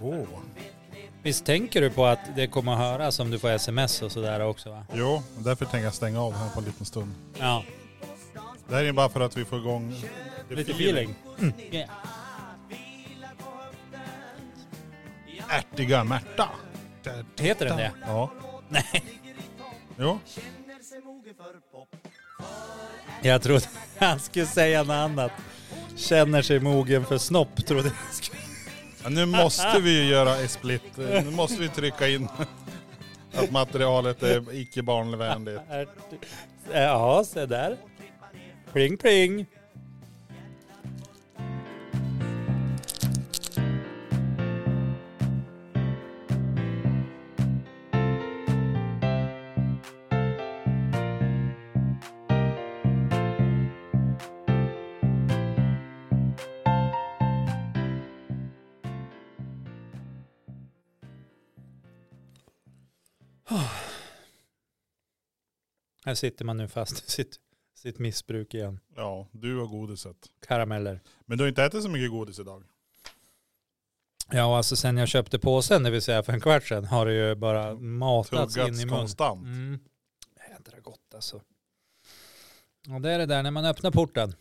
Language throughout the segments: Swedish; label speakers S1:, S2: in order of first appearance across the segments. S1: Oh.
S2: Visst tänker du på att det kommer att höras om du får sms och sådär också va?
S1: Jo, och därför tänker jag stänga av här på en liten stund.
S2: Ja.
S1: Det här är bara för att vi får igång...
S2: Lite feeling. Mm. Yeah.
S1: Ärtiga Märta.
S2: Heter den det?
S1: Ja.
S2: Nej,
S1: Jo.
S2: jag trodde han skulle säga något annat. Känner sig mogen för snopp trodde jag skulle...
S1: Ja, nu måste vi ju göra en split. Eh, Nu måste vi trycka in att materialet är icke barnvänligt.
S2: Ärt- eh, Ja, se där. Pling pling. Här sitter man nu fast i sitt, sitt missbruk igen.
S1: Ja, du och godiset.
S2: Karameller.
S1: Men du har inte ätit så mycket godis idag.
S2: Ja, och alltså sen jag köpte påsen, det vill säga för en kvart sedan, har det ju bara matats in i
S1: Tuggats
S2: munnen.
S1: konstant.
S2: Mm. Jädra gott alltså. Och det är det där, när man öppnar porten,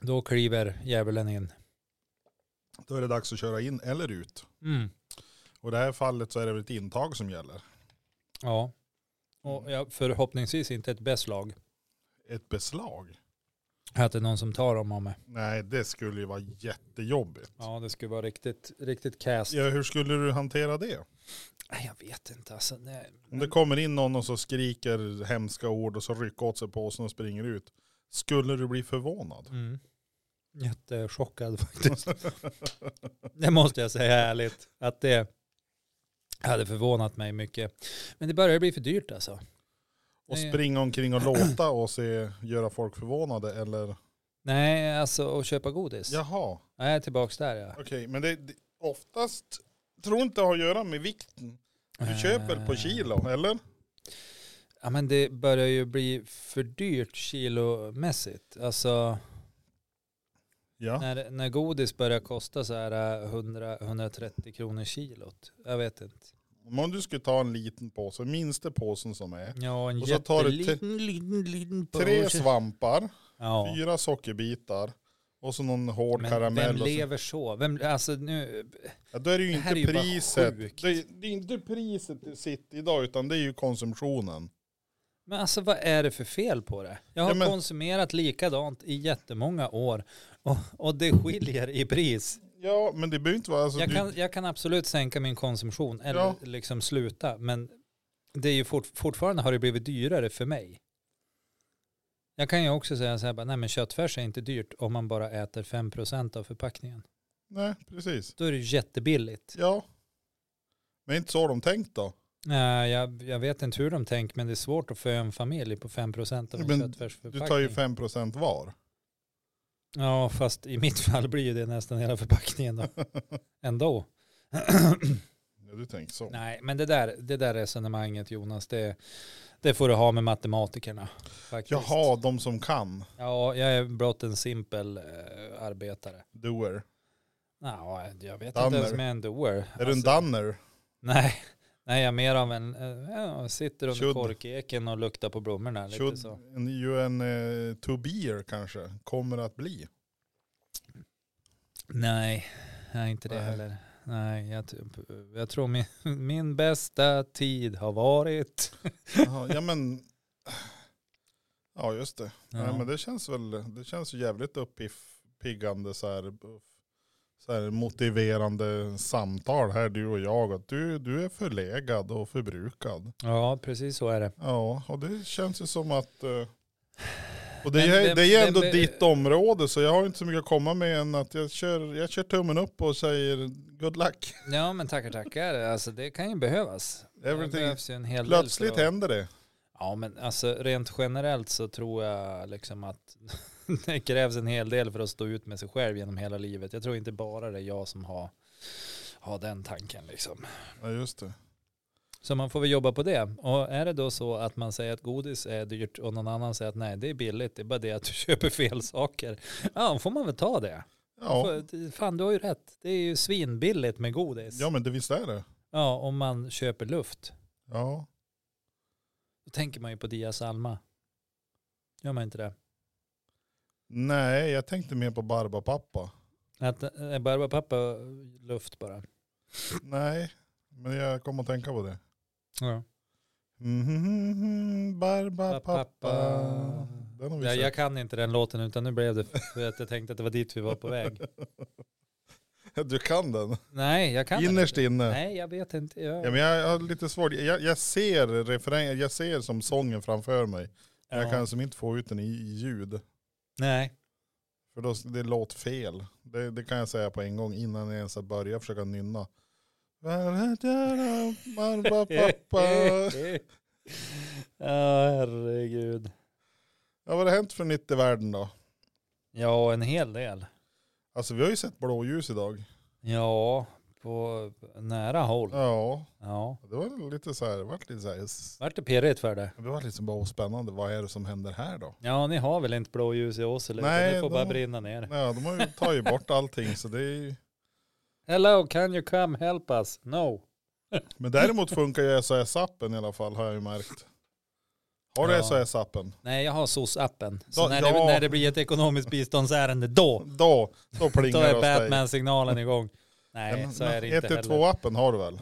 S2: då kliver djävulen in.
S1: Då är det dags att köra in eller ut.
S2: Mm.
S1: Och i det här fallet så är det väl ett intag som gäller.
S2: Ja. Och jag, förhoppningsvis inte ett beslag.
S1: Ett beslag?
S2: Att det är någon som tar dem av mig.
S1: Nej, det skulle ju vara jättejobbigt.
S2: Ja, det skulle vara riktigt, riktigt cast.
S1: Ja, hur skulle du hantera det?
S2: Nej, Jag vet inte alltså. Det,
S1: Om det kommer in någon och så skriker hemska ord och så rycker åt sig påsen och springer ut. Skulle du bli förvånad?
S2: mm. Jättechockad faktiskt. det måste jag säga ärligt. Att det hade förvånat mig mycket. Men det börjar bli för dyrt alltså.
S1: Och
S2: Nej.
S1: springa omkring och låta och se, göra folk förvånade eller?
S2: Nej, alltså att köpa godis.
S1: Jaha,
S2: Nej, jag är tillbaka där ja.
S1: okej. Men det, det oftast, tror inte det har att göra med vikten. Du
S2: Eh,
S1: köper på kilo, eller?
S2: Ja, men det börjar ju bli för dyrt kilomässigt. Alltså
S1: Ja.
S2: när, när godis börjar kosta så här eh, 100, 130 kronor kilot. Jag vet inte.
S1: Men Om du skulle ta en liten påse, minsta påsen som är.
S2: Ja, en
S1: Och så tar du te-
S2: jätteliten, liten, liten
S1: Tre
S2: påse.
S1: svampar,
S2: Ja.
S1: fyra sockerbitar och så någon hård
S2: Men
S1: karamell.
S2: vem
S1: och så-
S2: lever så? Vem, alltså nu,
S1: Ja, då är det ju
S2: Det
S1: inte
S2: här är ju bara
S1: priset.
S2: sjukt.
S1: Det, är- det är inte priset det sitter idag utan det är ju konsumtionen.
S2: men alltså vad är det för fel på det? Jag har
S1: Ja, men-
S2: konsumerat likadant i jättemånga år och, och det skiljer i pris.
S1: Ja men det behöver inte vara, alltså,
S2: Jag
S1: du,
S2: kan, jag kan absolut sänka min konsumtion eller
S1: Ja.
S2: liksom sluta, men det är ju fort, fortfarande har det blivit dyrare för mig. Jag kan ju också säga så här, bara, nej men köttfärs är inte dyrt om man bara äter 5% av förpackningen.
S1: nej precis.
S2: Då är det ju jättebilligt.
S1: Ja. Men inte så de tänkt då.
S2: Nej, jag, jag vet inte hur de tänker, men det är svårt att få en familj på 5% av en
S1: Men Du
S2: köttfärsförpackning.
S1: tar ju 5% var.
S2: Ja, fast i mitt fall blir ju det nästan hela förpackningen då. ändå.
S1: Ja, du tänker så.
S2: Nej, men det där, det där resonemanget Jonas, det, det får du ha med matematikerna. Faktiskt.
S1: Jaha, de som kan.
S2: Ja, jag är blott en simpel eh, arbetare.
S1: Doer.
S2: Ja, jag vet
S1: Dammer.
S2: inte ens om jag är en doer. Alltså,
S1: Är du en danner?
S2: Nej, nej, jag är mer av en, eh, ja, sitter under
S1: Should.
S2: korkeken och luktar på blommorna. Lite
S1: Should,
S2: så.
S1: en, ju en eh, to beer kanske. Kommer att bli.
S2: Nej, jag är inte det
S1: Nej.
S2: heller. Nej, jag, typ, jag tror min, min bästa tid har varit.
S1: Jaha, ja men. Ja just det.
S2: Ja.
S1: Nej, men det känns väl, det känns ju jävligt uppiggande så här, så här motiverande samtal här du och jag. Att du, du är förlegad och förbrukad.
S2: Ja, precis så är det.
S1: Ja, och det känns ju som att eh, och det,
S2: Men
S1: är,
S2: vem-
S1: det är
S2: vem
S1: ändå
S2: be-
S1: ditt område så jag har inte så mycket att komma med än att jag kör, jag kör tummen upp och säger good luck.
S2: Ja, men tackar, tackar. Alltså, det kan ju behövas. Det
S1: Everything.
S2: behövs ju en hel del.
S1: Plötsligt
S2: för att-
S1: händer det.
S2: Ja, men alltså rent generellt så tror jag liksom att det krävs en hel del för att stå ut med sig själv genom hela livet. Jag tror inte bara det är jag som har, har den tanken liksom.
S1: Ja just det.
S2: Så man får väl jobba på det. Och är det då så att man säger att godis är dyrt och någon annan säger att nej det är billigt, det är bara det att du köper fel saker. Ja, då får man väl ta det.
S1: Ja,
S2: För- Fan, du har ju rätt. Det är ju svinbilligt med godis.
S1: ja men det visst är det.
S2: Ja, om man köper luft.
S1: Ja,
S2: Då tänker man ju på Dias Alma. Gör man inte det?
S1: nej jag tänkte mer på Barbapapa.
S2: Att eh, Barba pappa luft bara.
S1: Nej, men jag kom att tänka på det.
S2: Ja.
S1: Mhm, Barbapapa.
S2: Pappa.
S1: Den har vi
S2: Jag,
S1: sett.
S2: jag kan inte den låten utan nu blev det för att jag tänkte att det var dit vi var på väg.
S1: Du kan den.
S2: Nej, jag kan
S1: Innerst
S2: inte.
S1: inne.
S2: Nej, jag vet inte. Jag,
S1: Ja, men jag har lite svårt. Jag, jag ser refrängen, jag ser som sången framför mig. Men
S2: Ja.
S1: jag kan som inte få ut den i i ljud.
S2: Nej,
S1: För då, det låter fel. Det, det kan jag säga på en gång innan jag ens har börjat försöka nynna. Barbapapa.
S2: Ja, herregud.
S1: Ja, vad har hänt för nytt i världen då?
S2: Ja, en hel del.
S1: Alltså vi har ju sett blåljus idag.
S2: Ja, på nära håll.
S1: Ja,
S2: Ja.
S1: det var lite så här, det vart lite så här, s-
S2: Vart det pirrigt för det?
S1: det var liksom bara spännande. Vad är det som händer här då?
S2: Ja, ni har väl inte blåljus i Åsele?
S1: Nej,
S2: Nej, ni får bara
S1: de-
S2: brinna ner.
S1: Ja, de har ju tagit bort allting så det är ju...
S2: Hello, can you come help us? No.
S1: Men däremot funkar ju SOS-appen i alla fall har jag ju märkt. Har du
S2: Ja.
S1: SOS-appen?
S2: Nej, jag har SOS-appen. Så
S1: Då-
S2: när,
S1: ja.
S2: det, när det blir ett ekonomiskt biståndsärende, då,
S1: Då, då
S2: då
S1: plingar det
S2: är
S1: hos dig.
S2: Batman-signalen igång. Nej,
S1: Men-
S2: så är det inte heller.
S1: 112-appen har du väl?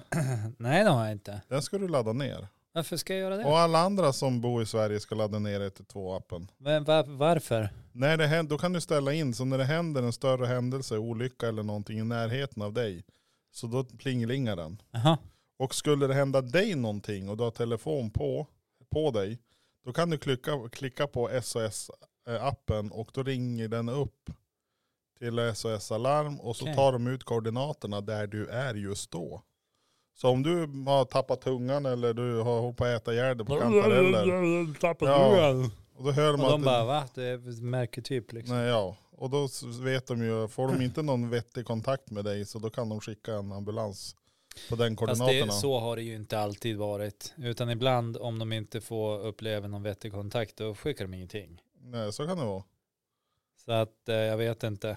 S2: Nej, det har jag inte.
S1: Den ska du ladda ner.
S2: Varför ska jag göra det?
S1: Och alla andra som bor i Sverige ska ladda ner 112-appen.
S2: Men va- varför?
S1: När det händer, då kan du ställa in, så när det händer en större händelse, olycka eller någonting i närheten av dig, så då plingelingar den.
S2: Jaha.
S1: Och skulle det hända dig någonting och du har telefon på, på dig, då kan du klicka, klicka på SOS-appen och då ringer den upp till SOS Alarm och så
S2: Okej.
S1: tar de ut koordinaterna där du är just då. Så om du har tappat tungan eller du har hållit på att äta ihjäl dig på kantareller,
S2: Tappar
S1: Ja,
S2: luren.
S1: och då hör de
S2: Och de
S1: att...
S2: bara, va? Det är märketyp liksom.
S1: nej, ja. Och då s- vet de ju, får de inte någon vettig kontakt med dig så då kan de skicka en ambulans på den
S2: Fast det,
S1: koordinaterna.
S2: så har det ju inte alltid varit. Utan ibland om de inte får uppleva någon vettig kontakt då skickar de ingenting.
S1: Nej, så kan det vara.
S2: Så att eh, jag vet inte.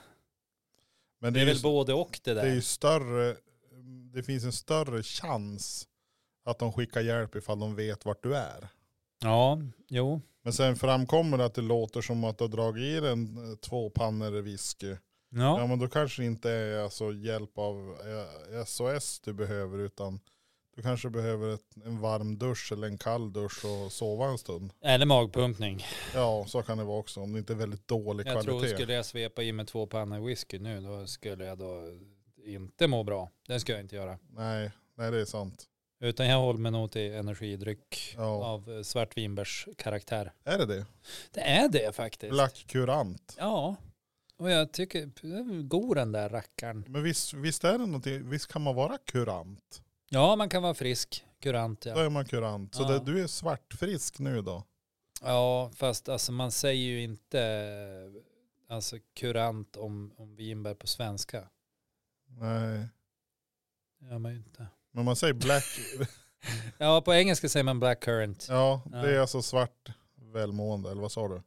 S1: Men
S2: Det är
S1: ju
S2: väl både och det där.
S1: Det är ju större, det finns en större chans att de skickar hjälp ifall de vet vart du är.
S2: Ja, jo.
S1: Men sen framkommer det att det låter som att du har dragit i dig en eh, två pannor whisky. Ja.
S2: Ja.
S1: men då kanske det inte är alltså hjälp av eh, SOS du behöver utan du kanske behöver ett, en varm dusch eller en kall dusch och sova en stund.
S2: Eller magpumpning.
S1: Ja så kan det vara också om det inte är väldigt dålig
S2: Jag tror
S1: kvalitet.
S2: skulle jag svepa i mig två pannor whisky nu då skulle jag då inte må bra. Det ska jag inte göra.
S1: Nej, nej det är sant.
S2: Utan jag håller mig nog till energidryck
S1: Ja.
S2: av eh, svartvinbärskaraktär.
S1: Är det det?
S2: Det är det faktiskt.
S1: Black Curant.
S2: Ja. Och jag tycker, god den där rackaren.
S1: Men visst, visst är det någonting, visst kan man vara kurant?
S2: Ja, man kan vara frisk. Kurant
S1: Då
S2: ja.
S1: är man kurant. Så
S2: Ja.
S1: det, du är svartfrisk nu då?
S2: Ja, fast alltså, man säger ju inte eh, alltså, kurant om, om vinbär på svenska.
S1: Nej.
S2: Det gör man ju inte.
S1: Men man säger black,
S2: Ja, på engelska säger man black currant.
S1: ja det är
S2: Ja.
S1: alltså svart välmående, eller vad sa du?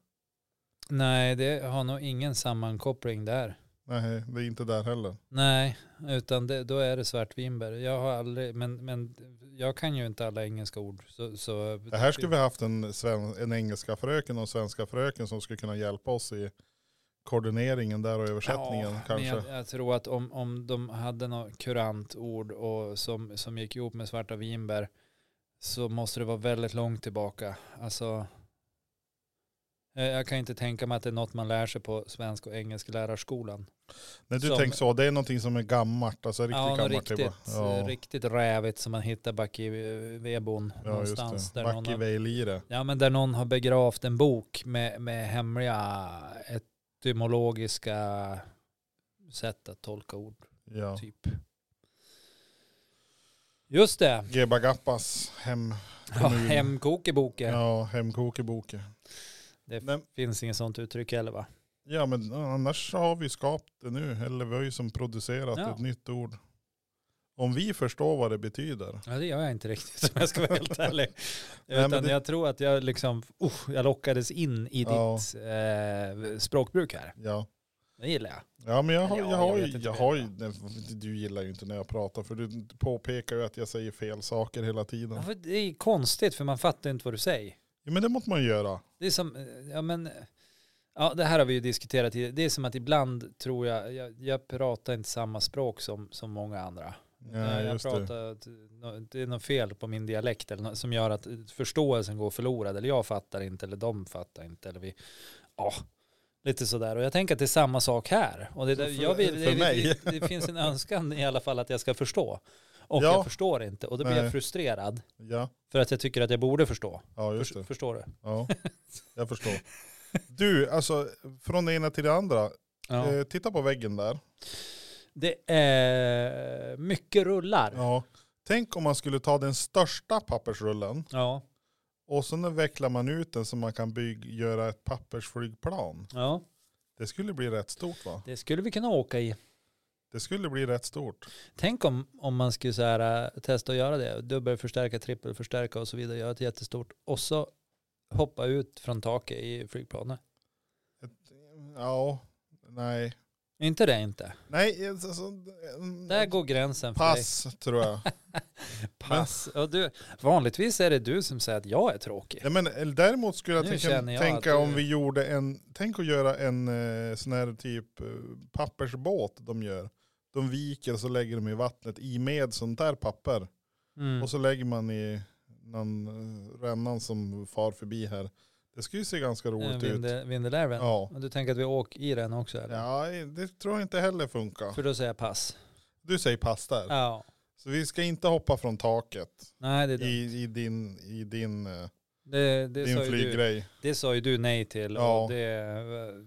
S2: Nej, det har nog ingen sammankoppling där.
S1: Nej, det är inte där heller.
S2: Nej, utan det, då är det svartvinbär. Jag har aldrig, men, men jag kan ju inte alla engelska ord. Så, så,
S1: Det här skulle vi ha haft en, sven, en engelska fröken och en svenska fröken som skulle kunna hjälpa oss i koordineringen där och översättningen
S2: Ja,
S1: kanske.
S2: Men jag, jag tror att om, om de hade något kurant ord och som, som gick ihop med svarta vinbär så måste det vara väldigt långt tillbaka. Alltså, eh, jag kan inte tänka mig att det är något man lär sig på svensk och engelsk lärarskolan.
S1: När du
S2: som-
S1: tänker så, det är någonting som är gammalt, alltså riktigt
S2: ja, något
S1: gammalt. det är
S2: riktigt, eh,
S1: bara- ja,
S2: riktigt rävigt som man hittar back i eh, vedbon
S1: ja,
S2: någonstans.
S1: just det.
S2: Där någon,
S1: Back i
S2: har,
S1: Vejlire.
S2: ja, men där någon har begravt en bok med, med hemliga etymologiska sätt att tolka ord.
S1: Ja.
S2: Typ. Just det.
S1: Gebba Gappas hem.
S2: Ja,
S1: Kommun.
S2: Hemkokeboke.
S1: Ja, hemkokeboken.
S2: Det
S1: Men-
S2: finns inget sånt uttryck heller va?
S1: Ja men annars så har vi skapat det nu. Eller vi har ju som producerat
S2: Ja.
S1: ett nytt ord. Om vi förstår vad det betyder.
S2: Ja, det gör jag inte riktigt om jag ska vara helt ärlig.
S1: Nej,
S2: Utan
S1: men det-
S2: jag tror att jag liksom, oh, jag lockades in i
S1: Ja.
S2: ditt eh, språkbruk här.
S1: Ja.
S2: Det gillar jag.
S1: Ja men jag har,
S2: Ja,
S1: jag
S2: jag
S1: har,
S2: vet
S1: ju-
S2: inte
S1: jag
S2: det.
S1: har ju, nej, du gillar ju inte när jag pratar för du påpekar ju att jag säger fel saker hela tiden.
S2: Ja, för det är konstigt för man fattar inte vad du säger.
S1: Ja, men det måste man ju göra.
S2: Det är som, eh, ja men, eh, ja det här har vi ju diskuterat tidigare. Det är som att ibland tror jag, jag, jag pratar inte samma språk som, som många andra.
S1: Ja,
S2: jag
S1: just det.
S2: pratar, att, eh, nå- det är något fel på min dialekt eller något som gör att eh, förståelsen går förlorad. Eller jag fattar inte eller de fattar inte. Eller vi, ja, lite sådär. Och jag tänker att det är samma sak här. Och det, är där-
S1: För-
S2: jag vill, det,
S1: för mig.
S2: det, det finns en önskan i alla fall att jag ska förstå. Och
S1: Ja.
S2: jag förstår inte. Och då blir
S1: Nej.
S2: jag frustrerad.
S1: Ja,
S2: För att jag tycker att jag borde förstå.
S1: ja just
S2: Förs-
S1: det.
S2: förstår du?
S1: Ja, jag förstår. Du, alltså från det ena till det andra.
S2: Ja.
S1: Eh, titta på väggen där.
S2: Det är mycket rullar. Ja.
S1: Ja. Tänk om man skulle ta den största pappersrullen
S2: Ja.
S1: och sen vecklar man ut den så man kan bygg, göra ett pappersflygplan. Det skulle bli rätt stort va?
S2: det skulle vi kunna åka i.
S1: Det skulle bli rätt stort.
S2: Tänk om, om man skulle så här, eh, testa att göra det. Dubbelförstärka, trippelförstärka och så vidare. Göra ett jättestort. Och så hoppa ut från taket i flygplanet.
S1: Ett, ja, nej.
S2: Är Inte det inte.
S1: Nej, alltså,
S2: Där går gränsen för dig.
S1: pass tror jag.
S2: Pass. Och du, vanligtvis är det du som säger att jag är tråkig.
S1: Ja, men, eller däremot skulle jag
S2: Nu
S1: tänka,
S2: känner jag
S1: tänka
S2: att du-
S1: om vi gjorde en, tänk att göra en eh, sån här typ eh, pappersbåt de gör. De viker och så lägger de i vattnet i med sånt där papper.
S2: Mm.
S1: Och så lägger man i någon eh, rännan som far förbi här. Det skulle ju se ganska
S2: Eh,
S1: roligt ut.
S2: Vinde- Vindelälven.
S1: Ja.
S2: Och du tänker att vi åker i den också? Eller?
S1: ja, det tror jag inte heller funkar.
S2: För då säger jag pass.
S1: Du säger pass där.
S2: Ja.
S1: Så vi ska inte hoppa från taket
S2: Nej, det är dumt.
S1: i, i din, i din, eh,
S2: Det, det sa
S1: din
S2: ju du.
S1: flyggrej.
S2: Det sa ju du nej till.
S1: Ja.
S2: Och, det,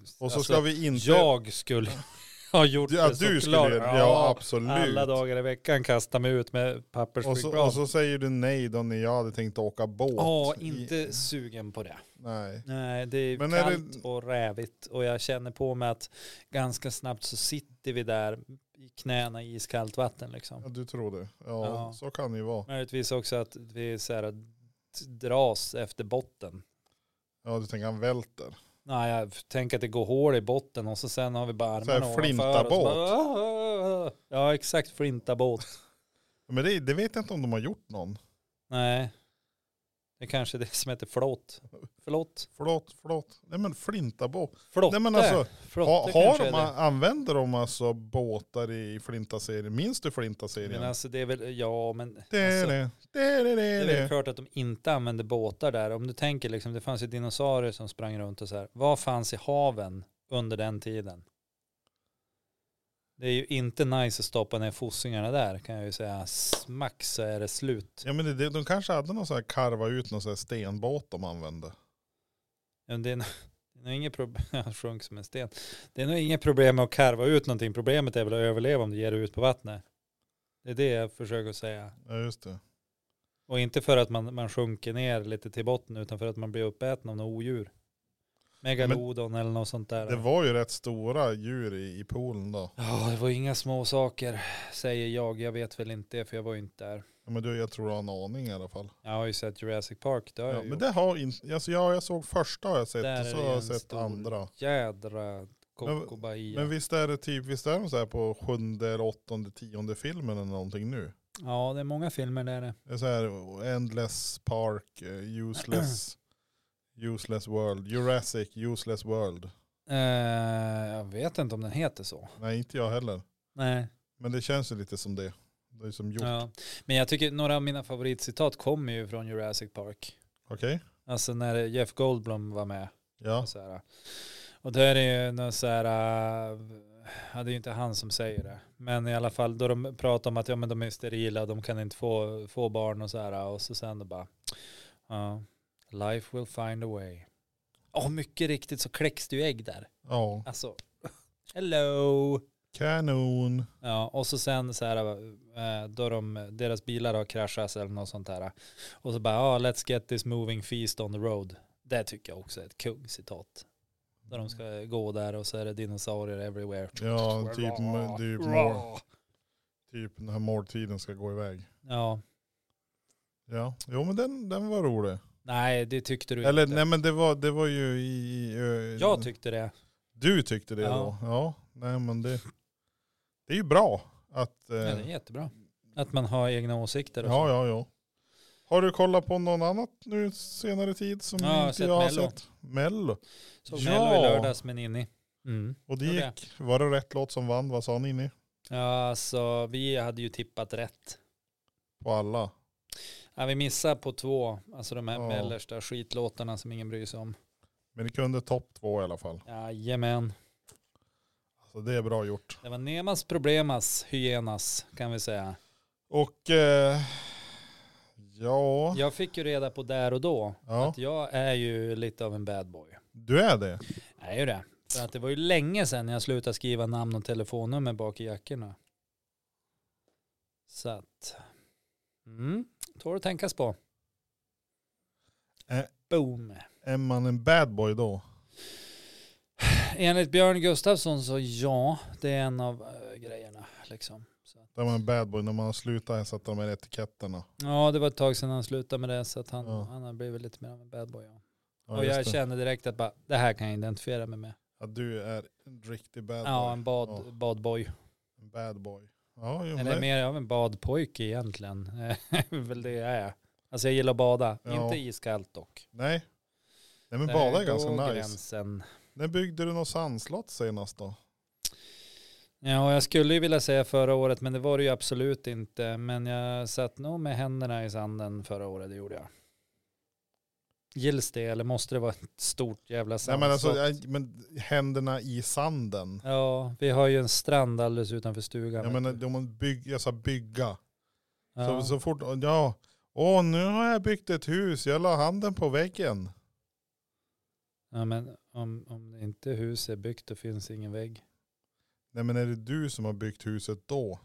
S1: Och så
S2: alltså,
S1: ska vi inte...
S2: Jag skulle ha gjort
S1: Ja,
S2: det
S1: du skulle
S2: såklart.
S1: göra det. Ja, absolut.
S2: Alla dagar i veckan kasta mig ut med
S1: Och
S2: pappersflygplan.
S1: så, och så säger du nej då när jag hade tänkt åka båt.
S2: Ja,
S1: I-
S2: inte sugen på det.
S1: Nej.
S2: Nej, det är
S1: Men är
S2: kallt och rävigt och jag känner på mig att ganska snabbt så sitter vi där i knäna i iskallt vatten liksom.
S1: Ja, du tror det. Ja,
S2: Ja.
S1: så kan det ju vara.
S2: Möjligtvis också att vi så här, dras efter botten.
S1: Ja, du tänker han välter.
S2: Nej, jag tänker att det går hål i botten och så sen har vi bara
S1: Så här
S2: armarna
S1: flintabåt.
S2: och så bara- Ja, exakt flintabåt.
S1: Men det, det vet jag inte om de har gjort någon.
S2: Nej, det är kanske är det som heter flåt. Förlåt?
S1: Förlåt, förlåt. Nej men flintabåt.
S2: Flotte.
S1: Nej men alltså,
S2: Flotte
S1: ha, har
S2: kanske är
S1: de,
S2: det.
S1: använder de alltså båtar i flintaserien? Minns du flintaserien?
S2: Men alltså det är väl, ja men.
S1: det är
S2: alltså,
S1: det. Det är det. Det
S2: Det
S1: är
S2: är väl
S1: det.
S2: klart att de inte använde båtar där. Om du tänker liksom, det fanns ju dinosaurier som sprang runt och så här. Vad fanns i haven under den tiden? Det är ju inte nice att stoppa ner fossingarna där kan jag ju säga. Smack så är det slut.
S1: Ja men det- det, de kanske hade någon sån här karva ut någon sån här stenbåt de använde.
S2: Ja, men det är nog- det är nog inget problem, jag sjönk som en sten. Det är nog inget problem med att karva ut någonting. Problemet är väl att överleva om du ger dig ut på vattnet. Det är det jag försöker säga.
S1: Ja just det.
S2: Och inte för att man, man sjunker ner lite till botten utan för att man blir uppäten av något odjur. Megalodon eller något sånt där.
S1: Det var ju rätt stora djur i, i poolen då.
S2: Ja, det var inga små saker säger jag. Jag vet väl inte det för jag var ju inte där.
S1: Ja, men du, jag tror du har en aning i alla fall.
S2: Jag har ju sett Jurassic Park, det har
S1: Ja,
S2: jag
S1: men
S2: gjort.
S1: det har inte, alltså jag, jag såg första har jag
S2: Där
S1: sett och
S2: är
S1: så
S2: det
S1: har
S2: en
S1: jag sett
S2: stor-
S1: andra.
S2: Jädra
S1: Men-
S2: Coco Bahia.
S1: Men visst är det typ, visst är de så här på sjunde eller åttonde, tionde filmen eller någonting nu?
S2: Ja, det är många filmer där. det.
S1: Det är så här Endless Park, eh, Useless, Useless World, Jurassic, Useless World.
S2: Eh, jag vet inte om den heter så.
S1: Nej, inte jag heller.
S2: Nej.
S1: Men det känns ju lite som det. Det är som gjort.
S2: Ja. Men jag tycker några av mina favoritcitat kommer ju från Jurassic Park.
S1: Okej?
S2: Alltså när Jeff Goldblum var med.
S1: Ja.
S2: Och, så här. och där är ju någon så här, äh, ja, det är ju inte han som säger det. Men i alla fall då de pratar om att ja, men de är sterila, de kan inte få, få barn och så här. Och så sen då bara, ja, life will find a way. Och mycket riktigt så kläcks det ju ägg där.
S1: Ja.
S2: Alltså, hello.
S1: Kanon.
S2: Ja, och så sen så här, eh, då de, deras bilar har kraschats eller något sånt där. Och så bara, ja, let's get this moving feast on the road. Det tycker jag också är ett kungcitat. Där de ska gå där och så är det dinosaurier everywhere.
S1: Ja, typ, typ, mor,
S2: Hurra!
S1: typ när måltiden ska gå iväg.
S2: Ja,
S1: Ja, jo men den, den var rolig.
S2: nej det tyckte du
S1: Eller
S2: inte.
S1: nej Eh. men det var, det var ju i... i ö-
S2: Jag tyckte det.
S1: Du tyckte det
S2: Ja.
S1: då? Ja. nej men det, det är ju bra att... eh,
S2: Ja, det är jättebra. Att man har egna åsikter och
S1: ja,
S2: så.
S1: ja, ja. Har du kollat på någon annat nu senare tid som
S2: Ja, jag har
S1: inte
S2: sett
S1: jag har
S2: Mello.
S1: sett? Mello.
S2: Såg
S1: Ja.
S2: Mello i lördags med Ninni. Mm.
S1: Och det
S2: Gjorde
S1: gick, var det rätt låt som vann? Vad sa ni ni?
S2: Ja, alltså vi hade ju tippat rätt.
S1: På alla.
S2: Ja, vi missade på två, alltså de här
S1: Ja.
S2: mellersta skitlåtarna som ingen bryr sig om.
S1: Men ni kunde topp två i alla fall.
S2: Jajamän.
S1: Så det är bra gjort.
S2: Det var Nemas Problemas Hyenas kan vi säga.
S1: Och eh, ja,
S2: Jag fick ju reda på där och då
S1: ja,
S2: att jag är ju lite av en bad boy.
S1: du är det.
S2: Jag är ju det. För att det var ju länge sedan jag slutade skriva namn och telefonnummer bak i jackorna. Så att, mm, tål att tänkas på.
S1: Ä-
S2: Boom.
S1: Är man en bad boy då?
S2: Enligt Björn Gustafsson så ja, det är en av eh, grejerna. Liksom. Så. att-
S1: Då är man en bad boy när man har slutat sätta de här etiketterna.
S2: Ja, det var ett tag sedan han slutade med det så att han,
S1: Ja.
S2: han har blivit lite mer av en bad boy. Ja.
S1: Ja,
S2: och
S1: just
S2: jag
S1: det.
S2: känner direkt att bara, det här kan jag identifiera mig med.
S1: Ja, du är en riktig bad
S2: ja,
S1: boy.
S2: en bad,
S1: Ja.
S2: badboy.
S1: En bad boy. Ja, jo, men
S2: Eller
S1: det,
S2: mer av en badpojke egentligen. Det är väl det jag är. Alltså jag gillar att bada.
S1: Ja.
S2: Inte iskallt dock.
S1: nej. nej, men
S2: Där
S1: bada är ganska
S2: går
S1: nice.
S2: Gränsen.
S1: När byggde du något sandslott senast då?
S2: Ja, jag skulle ju vilja säga förra året, men det var det ju absolut inte. Men jag satt nog med händerna i sanden förra året, det gjorde jag. Gills det eller måste det vara ett stort jävla
S1: Nej, men, alltså,
S2: sandslott?
S1: jag, men händerna i sanden.
S2: Ja, vi har ju en strand alldeles utanför stugan.
S1: Jag
S2: vet
S1: menar,
S2: du.
S1: om man bygger, jag sa bygga. Så,
S2: ja.
S1: så fort, ja, åh nu har jag byggt ett hus, jag la handen på väggen.
S2: Ja, men om, om inte hus är byggt då finns ingen vägg.
S1: Mm. Nej men är det du som har byggt huset då?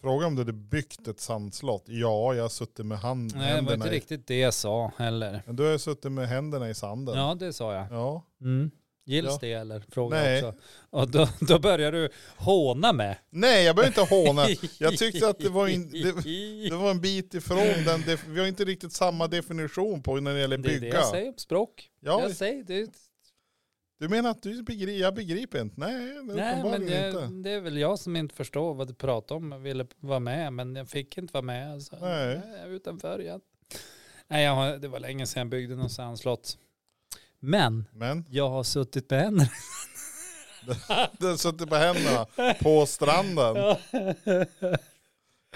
S1: Fråga om du hade byggt ett sandslott. Ja, jag har suttit med hand,
S2: Nej, det var
S1: händerna
S2: inte
S1: i,
S2: riktigt det jag sa heller.
S1: Men du har ju suttit med händerna i sanden.
S2: Ja, det sa jag.
S1: Ja.
S2: Mm. Gills
S1: Ja.
S2: det eller? Fråga
S1: Nej.
S2: också. Och då, då börjar du håna med.
S1: Nej, jag behöver inte håna. Jag tyckte att det var, in, det, det var en bit ifrån den. def- Vi har inte riktigt samma definition på när det gäller
S2: Det är det
S1: bygga.
S2: jag säger, språk.
S1: Ja,
S2: Jag säger det.
S1: du menar att du begri, jag begriper inte? Nej, det är
S2: Nej, men
S1: uppenbarligen
S2: det,
S1: inte.
S2: det är väl jag som inte förstår vad du pratar om. Jag ville vara med, men jag fick inte vara med. Alltså.
S1: Nej.
S2: Jag är utanför igen. Nej, jag har, det var länge sedan jag byggde någon sandslott. Men
S1: Men
S2: jag har suttit med händerna.
S1: den sitter på händerna på stranden.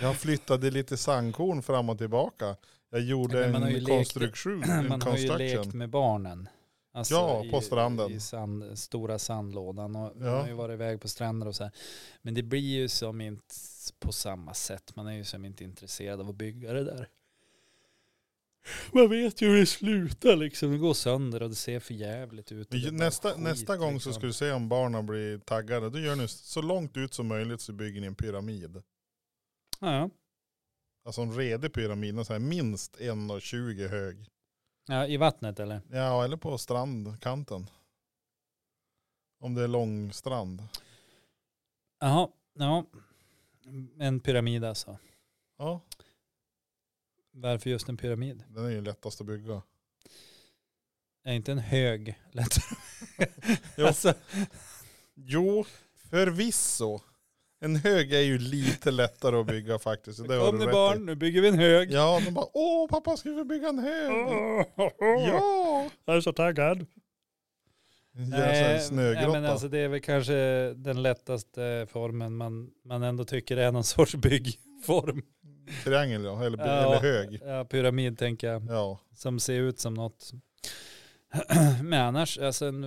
S1: Jag flyttade lite sandkorn fram och tillbaka. Jag gjorde
S2: Men man har ju
S1: en
S2: lekt-
S1: konstruktion, en
S2: Man har ju lekt
S1: construction.
S2: med barnen. Alltså
S1: Ja, på stranden.
S2: I, i sand, stora sandlådan och man
S1: Ja.
S2: har ju varit iväg på stränder och så här. Men det blir ju som inte på samma sätt. Man är ju som inte intresserad av att bygga det där. Man vet ju hur det slutar liksom. Det går sönder och det ser för jävligt ut. och
S1: Men
S2: det
S1: ju-
S2: är bara
S1: Nästa,
S2: skit,
S1: nästa gång så
S2: liksom.
S1: ska du se om barnen blir taggade. Då gör ni så långt ut som möjligt så bygger ni en pyramid.
S2: Ja,
S1: Alltså en redig pyramid, en sån här minst 1,20 hög.
S2: ja, i vattnet eller?
S1: Ja, eller på strandkanten. Om det är lång strand.
S2: Jaha, ja. En pyramid alltså.
S1: Ja,
S2: Varför just en pyramid?
S1: den är ju lättast att bygga.
S2: Är inte en hög lättare?
S1: Jo.
S2: Alltså,
S1: Jo, förvisso. En hög är ju lite lättare att bygga faktiskt. så Det har
S2: Kom
S1: du
S2: nu
S1: rätt i.
S2: barn, nu bygger vi en hög.
S1: Ja, de bara åh pappa ska vi bygga en hög? Ja!
S2: Jag är så taggad.
S1: Gör sig en snögrotta.
S2: men alltså, det är väl kanske den lättaste formen man, man ändå tycker är någon sorts byggform.
S1: Triangel ja, eller,
S2: Ja.
S1: eller hög.
S2: Ja, pyramid tänker jag,
S1: Ja.
S2: som ser ut som något. Men annars, alltså en,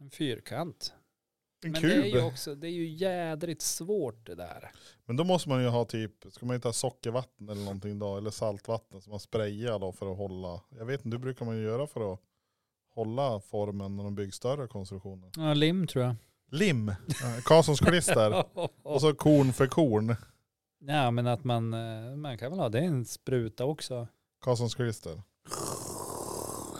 S2: en fyrkant.
S1: En
S2: men
S1: kub.
S2: det är ju också, det är ju jädrigt svårt det där.
S1: Men då måste man ju ha typ, ska man inte ha sockervatten eller någonting då? Eller saltvatten som man sprayar då för att hålla. Jag vet inte, det brukar man ju göra för att hålla formen när de bygger större konstruktioner.
S2: Ja, lim tror jag.
S1: Lim, Ja, Karlssons klister. Och så korn för korn.
S2: Ja, men att man, eh, man kan väl ha det i en spruta också.
S1: Karlssons klister.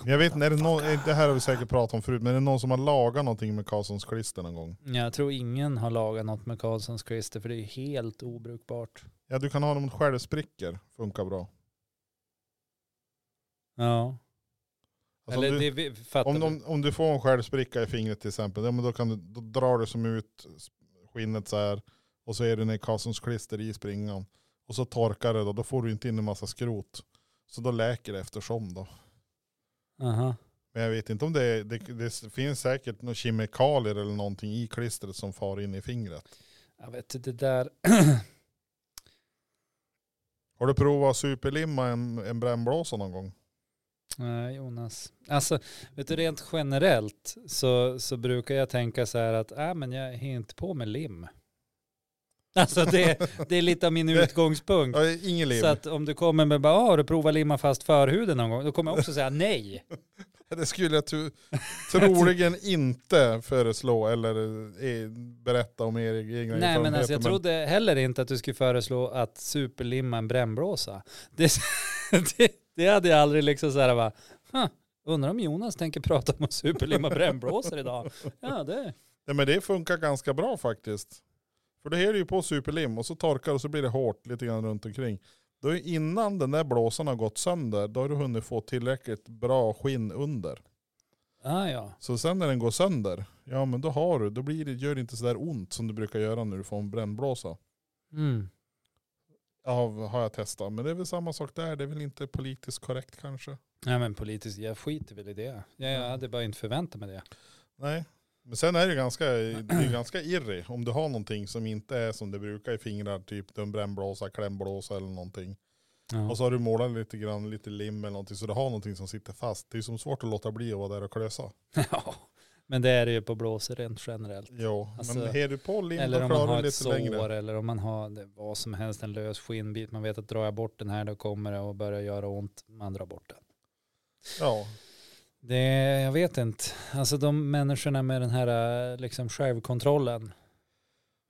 S1: Men jag vet inte, är det, någon, det här har vi säkert pratat om förut, men är det någon som har lagat någonting med Karlssons klister någon gång?
S2: Jag tror ingen har lagat något med Karlssons klister för det är ju helt obrukbart.
S1: Ja, du kan ha dem mot självsprickor, funkar bra.
S2: Ja.
S1: Alltså
S2: Eller
S1: om, du,
S2: det, vi- fattar
S1: om,
S2: du?
S1: om, om du får en självspricka i fingret till exempel, ja, men då, kan du, då drar du som ut skinnet så här och så är det en Karlssons klister i springan. Och så torkar det då, då får du inte in en massa skrot. Så då läker det eftersom då.
S2: Aha.
S1: Men jag vet inte om det, är- det, det finns säkert några kemikalier eller någonting i klistret som far in i fingret.
S2: Jag vet inte, det där.
S1: Har du provat att superlimma en, en brännblåsa någon gång?
S2: Nej, Jonas. Alltså, vet du, rent generellt så, så brukar jag tänka så här att äh, men jag hinner inte på med lim. Alltså det, det är lite av min
S1: Det-
S2: utgångspunkt.
S1: Ja, ingen lim.
S2: Mm. Så att om du kommer med bara, "Ah, har du provat limma fast förhuden någon gång? Då kommer jag också säga nej.
S1: Det skulle jag tu- troligen inte föreslå eller eh, berätta om er egna
S2: Nej men alltså
S1: erfarenheter,
S2: jag trodde heller inte att du skulle föreslå att superlimma en brännblåsa. Det, det, det hade jag aldrig liksom så här bara, huh, undrar om Jonas tänker prata om att superlimma brännblåsor idag. Ja det,
S1: Nej, men det funkar ganska bra faktiskt. För det här är ju på superlim och så torkar och så blir det hårt lite grann runt omkring. Då är innan den där blåsan har gått sönder, då har du hunnit få tillräckligt bra skinn under.
S2: ah, ja.
S1: Så sen när den går sönder, ja men då har du, då blir det, gör det inte sådär ont som det brukar göra när du får en brännblåsa.
S2: Mm.
S1: Ja, har jag testat, men det är väl samma sak där, det är väl inte politiskt korrekt kanske.
S2: Nej men politiskt, jag skiter väl i det. Jag, jag hade bara inte förväntat mig det.
S1: Nej, men sen är det ganska, det är ganska irri om du har någonting som inte är som det brukar i fingrar, typ en brännblåsa, klämblåsa eller någonting.
S2: Ja.
S1: Och så har du målat lite grann, lite lim eller någonting, så du har någonting som sitter fast. Det är ju som svårt att låta bli att vara där och klösa.
S2: ja. Men det är det ju på blåsor rent generellt.
S1: Ja,
S2: Alltså,
S1: men har du på lim
S2: Eller
S1: då
S2: om man
S1: klarar
S2: har
S1: du
S2: ett
S1: lite
S2: sår
S1: längre.
S2: eller om man har det, vad som helst, en lös skinnbit. Man vet att drar jag bort den här då kommer det att börja göra ont. Man drar bort den.
S1: Ja,
S2: Det, jag vet inte. Alltså de människorna med den här eh, liksom självkontrollen.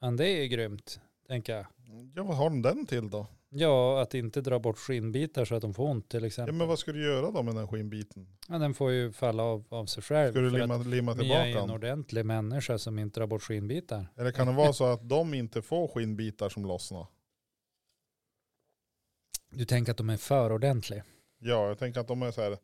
S2: Men det är ju grymt, tänker jag.
S1: ja, vad har de den till då?
S2: Ja, att inte dra bort skinnbitar så att de får ont till
S1: Ja,
S2: exempel.
S1: men vad ska du göra då med den skinnbiten?
S2: Ja, den får ju falla av, av sig själv.
S1: Ska du
S2: för att-
S1: limma, limma
S2: Men jag är
S1: tillbaka
S2: en
S1: den?
S2: ordentlig människa som inte drar bort skinnbitar.
S1: Eller kan det vara så att de inte får skinnbitar som lossnar?
S2: Du tänker att de är för ordentlig.
S1: Ja, jag tänker att de är så här,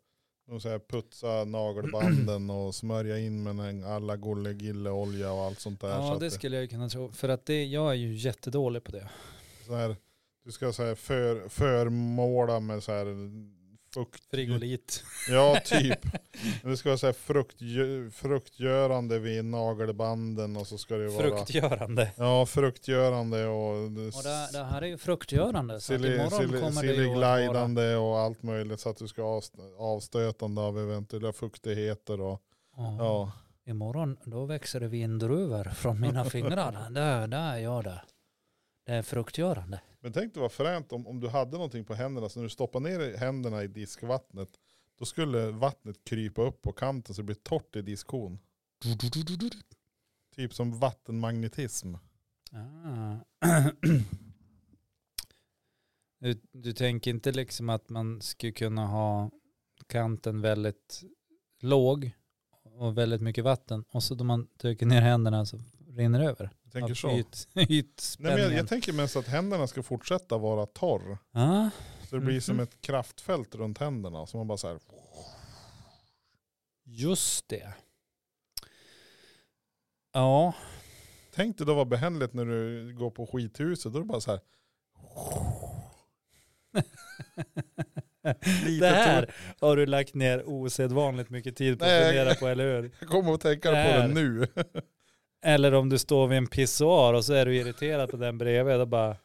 S1: de så här putsa nagelbanden och smörja in med en alla gille-olja och allt sånt där. så
S2: Ja,
S1: att
S2: det skulle jag ju kunna tro. För att det, jag är ju jättedålig på det.
S1: så här, du ska så här för, förmåla med så här fukt.
S2: Frigolit.
S1: Ja, typ. Men Det ska vara så här frukt, fruktgörande vid nagelbanden och så ska det vara...
S2: Fruktgörande.
S1: Ja, fruktgörande och...
S2: Och det, det här är ju fruktgörande. Så att
S1: Silly,
S2: imorgon
S1: silly,
S2: kommer det ju att vara...
S1: glidande och allt möjligt så att du ska avst- avstötande av eventuella fuktigheter och
S2: Ja.
S1: ja.
S2: Imorgon då växer det vindruvor från mina fingrar. Där, där gör det. Det är fruktgörande.
S1: Men tänk dig vad fränt om, om du hade någonting på händerna, så när du stoppar ner händerna i diskvattnet, då skulle vattnet krypa upp på kanten så det blir torrt i diskon. Typ som vattenmagnetism.
S2: Ah. Du, du tänker inte liksom att man skulle kunna ha kanten väldigt låg och väldigt mycket vatten och så då man trycker ner händerna så rinner det över.
S1: Jag tänker
S2: Av
S1: så.
S2: Yt,
S1: Nej, men
S2: ytspänningen.
S1: jag, jag tänker mest att händerna ska fortsätta vara torr.
S2: ah,
S1: Så det blir
S2: Mhm.
S1: som ett kraftfält runt händerna. Så man bara så här,
S2: just det. Ja,
S1: tänk dig då vad behändigt när du går på skithuset. Då är det bara så här.
S2: det
S1: Lite tur-
S2: här har du lagt ner osedvanligt mycket tid på att
S1: Nej.
S2: fundera på, eller hur?
S1: Jag kommer att tänka på
S2: Det här.
S1: det nu.
S2: Eller om du står vid en pissoar och så är du irriterad på den bredvid och bara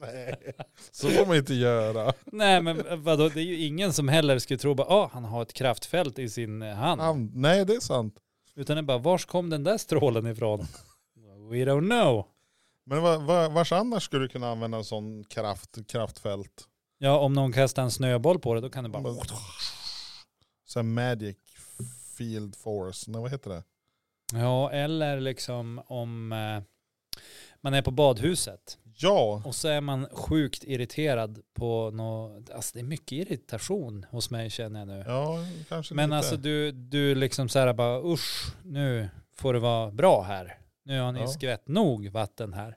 S1: Nej, så får man inte göra.
S2: Nej men vadå, det är ju ingen som heller skulle tro bara, ah, han har ett kraftfält i sin eh, hand.
S1: Hand- Nej, det är sant.
S2: Utan det är bara, vars kom den där strålen ifrån? We don't know.
S1: Men va, va, vars annars skulle du kunna använda en sån kraft, kraftfält?
S2: Ja, om någon kastar en snöboll på det, då kan det bara...
S1: Sen magic field force, nej vad heter det?
S2: Ja, eller liksom om eh, man är på badhuset
S1: Ja,
S2: och så är man sjukt irriterad på något, alltså det är mycket irritation hos mig känner jag nu.
S1: ja kanske
S2: Men
S1: lite.
S2: alltså du, du liksom så här bara usch, nu får det vara bra här. Nu har ni
S1: Ja.
S2: skvätt nog vatten här.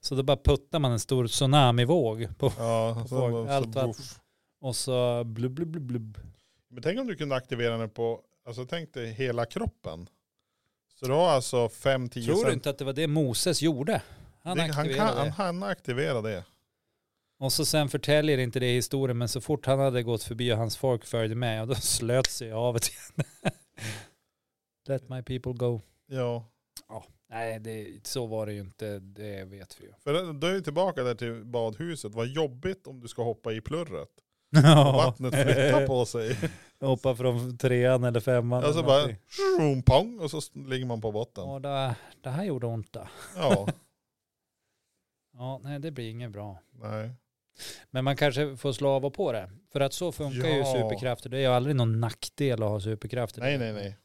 S2: Så då bara puttar man en stor tsunamivåg på
S1: ja, så,
S2: Allt
S1: så,
S2: vatten.
S1: så,
S2: och så blub blub blub blub.
S1: Men tänk om du kunde aktivera den på, alltså tänk dig hela kroppen. Så du har alltså 5-10
S2: Tror du
S1: cent-
S2: inte att det var det Moses gjorde? Han
S1: Det- han,
S2: aktiverade
S1: kan, han,
S2: det.
S1: han aktiverar det.
S2: Och så sen förtäljer inte det i historien, men så fort han hade gått förbi och hans folk följde med, och då slöt sig havet igen. Let my people go.
S1: Ja.
S2: Nej, det, så var det ju inte, det vet vi ju.
S1: För det- då är vi tillbaka där till badhuset. Vad jobbigt om du ska hoppa i plurret. Och Vattnet flyttar på sig.
S2: Hoppa från trean eller femman.
S1: Alltså
S2: eller
S1: bara,
S2: någonting.
S1: shroom, pong, och så s- ligger man på botten.
S2: Ja, det, det här gjorde ont då.
S1: Ja,
S2: Ja, nej det blir inget bra.
S1: nej.
S2: Men man kanske får slava på det. För att så funkar ju
S1: Ja.
S2: superkrafter. Det är ju aldrig någon nackdel att ha superkrafter.
S1: Nej, nej, nej.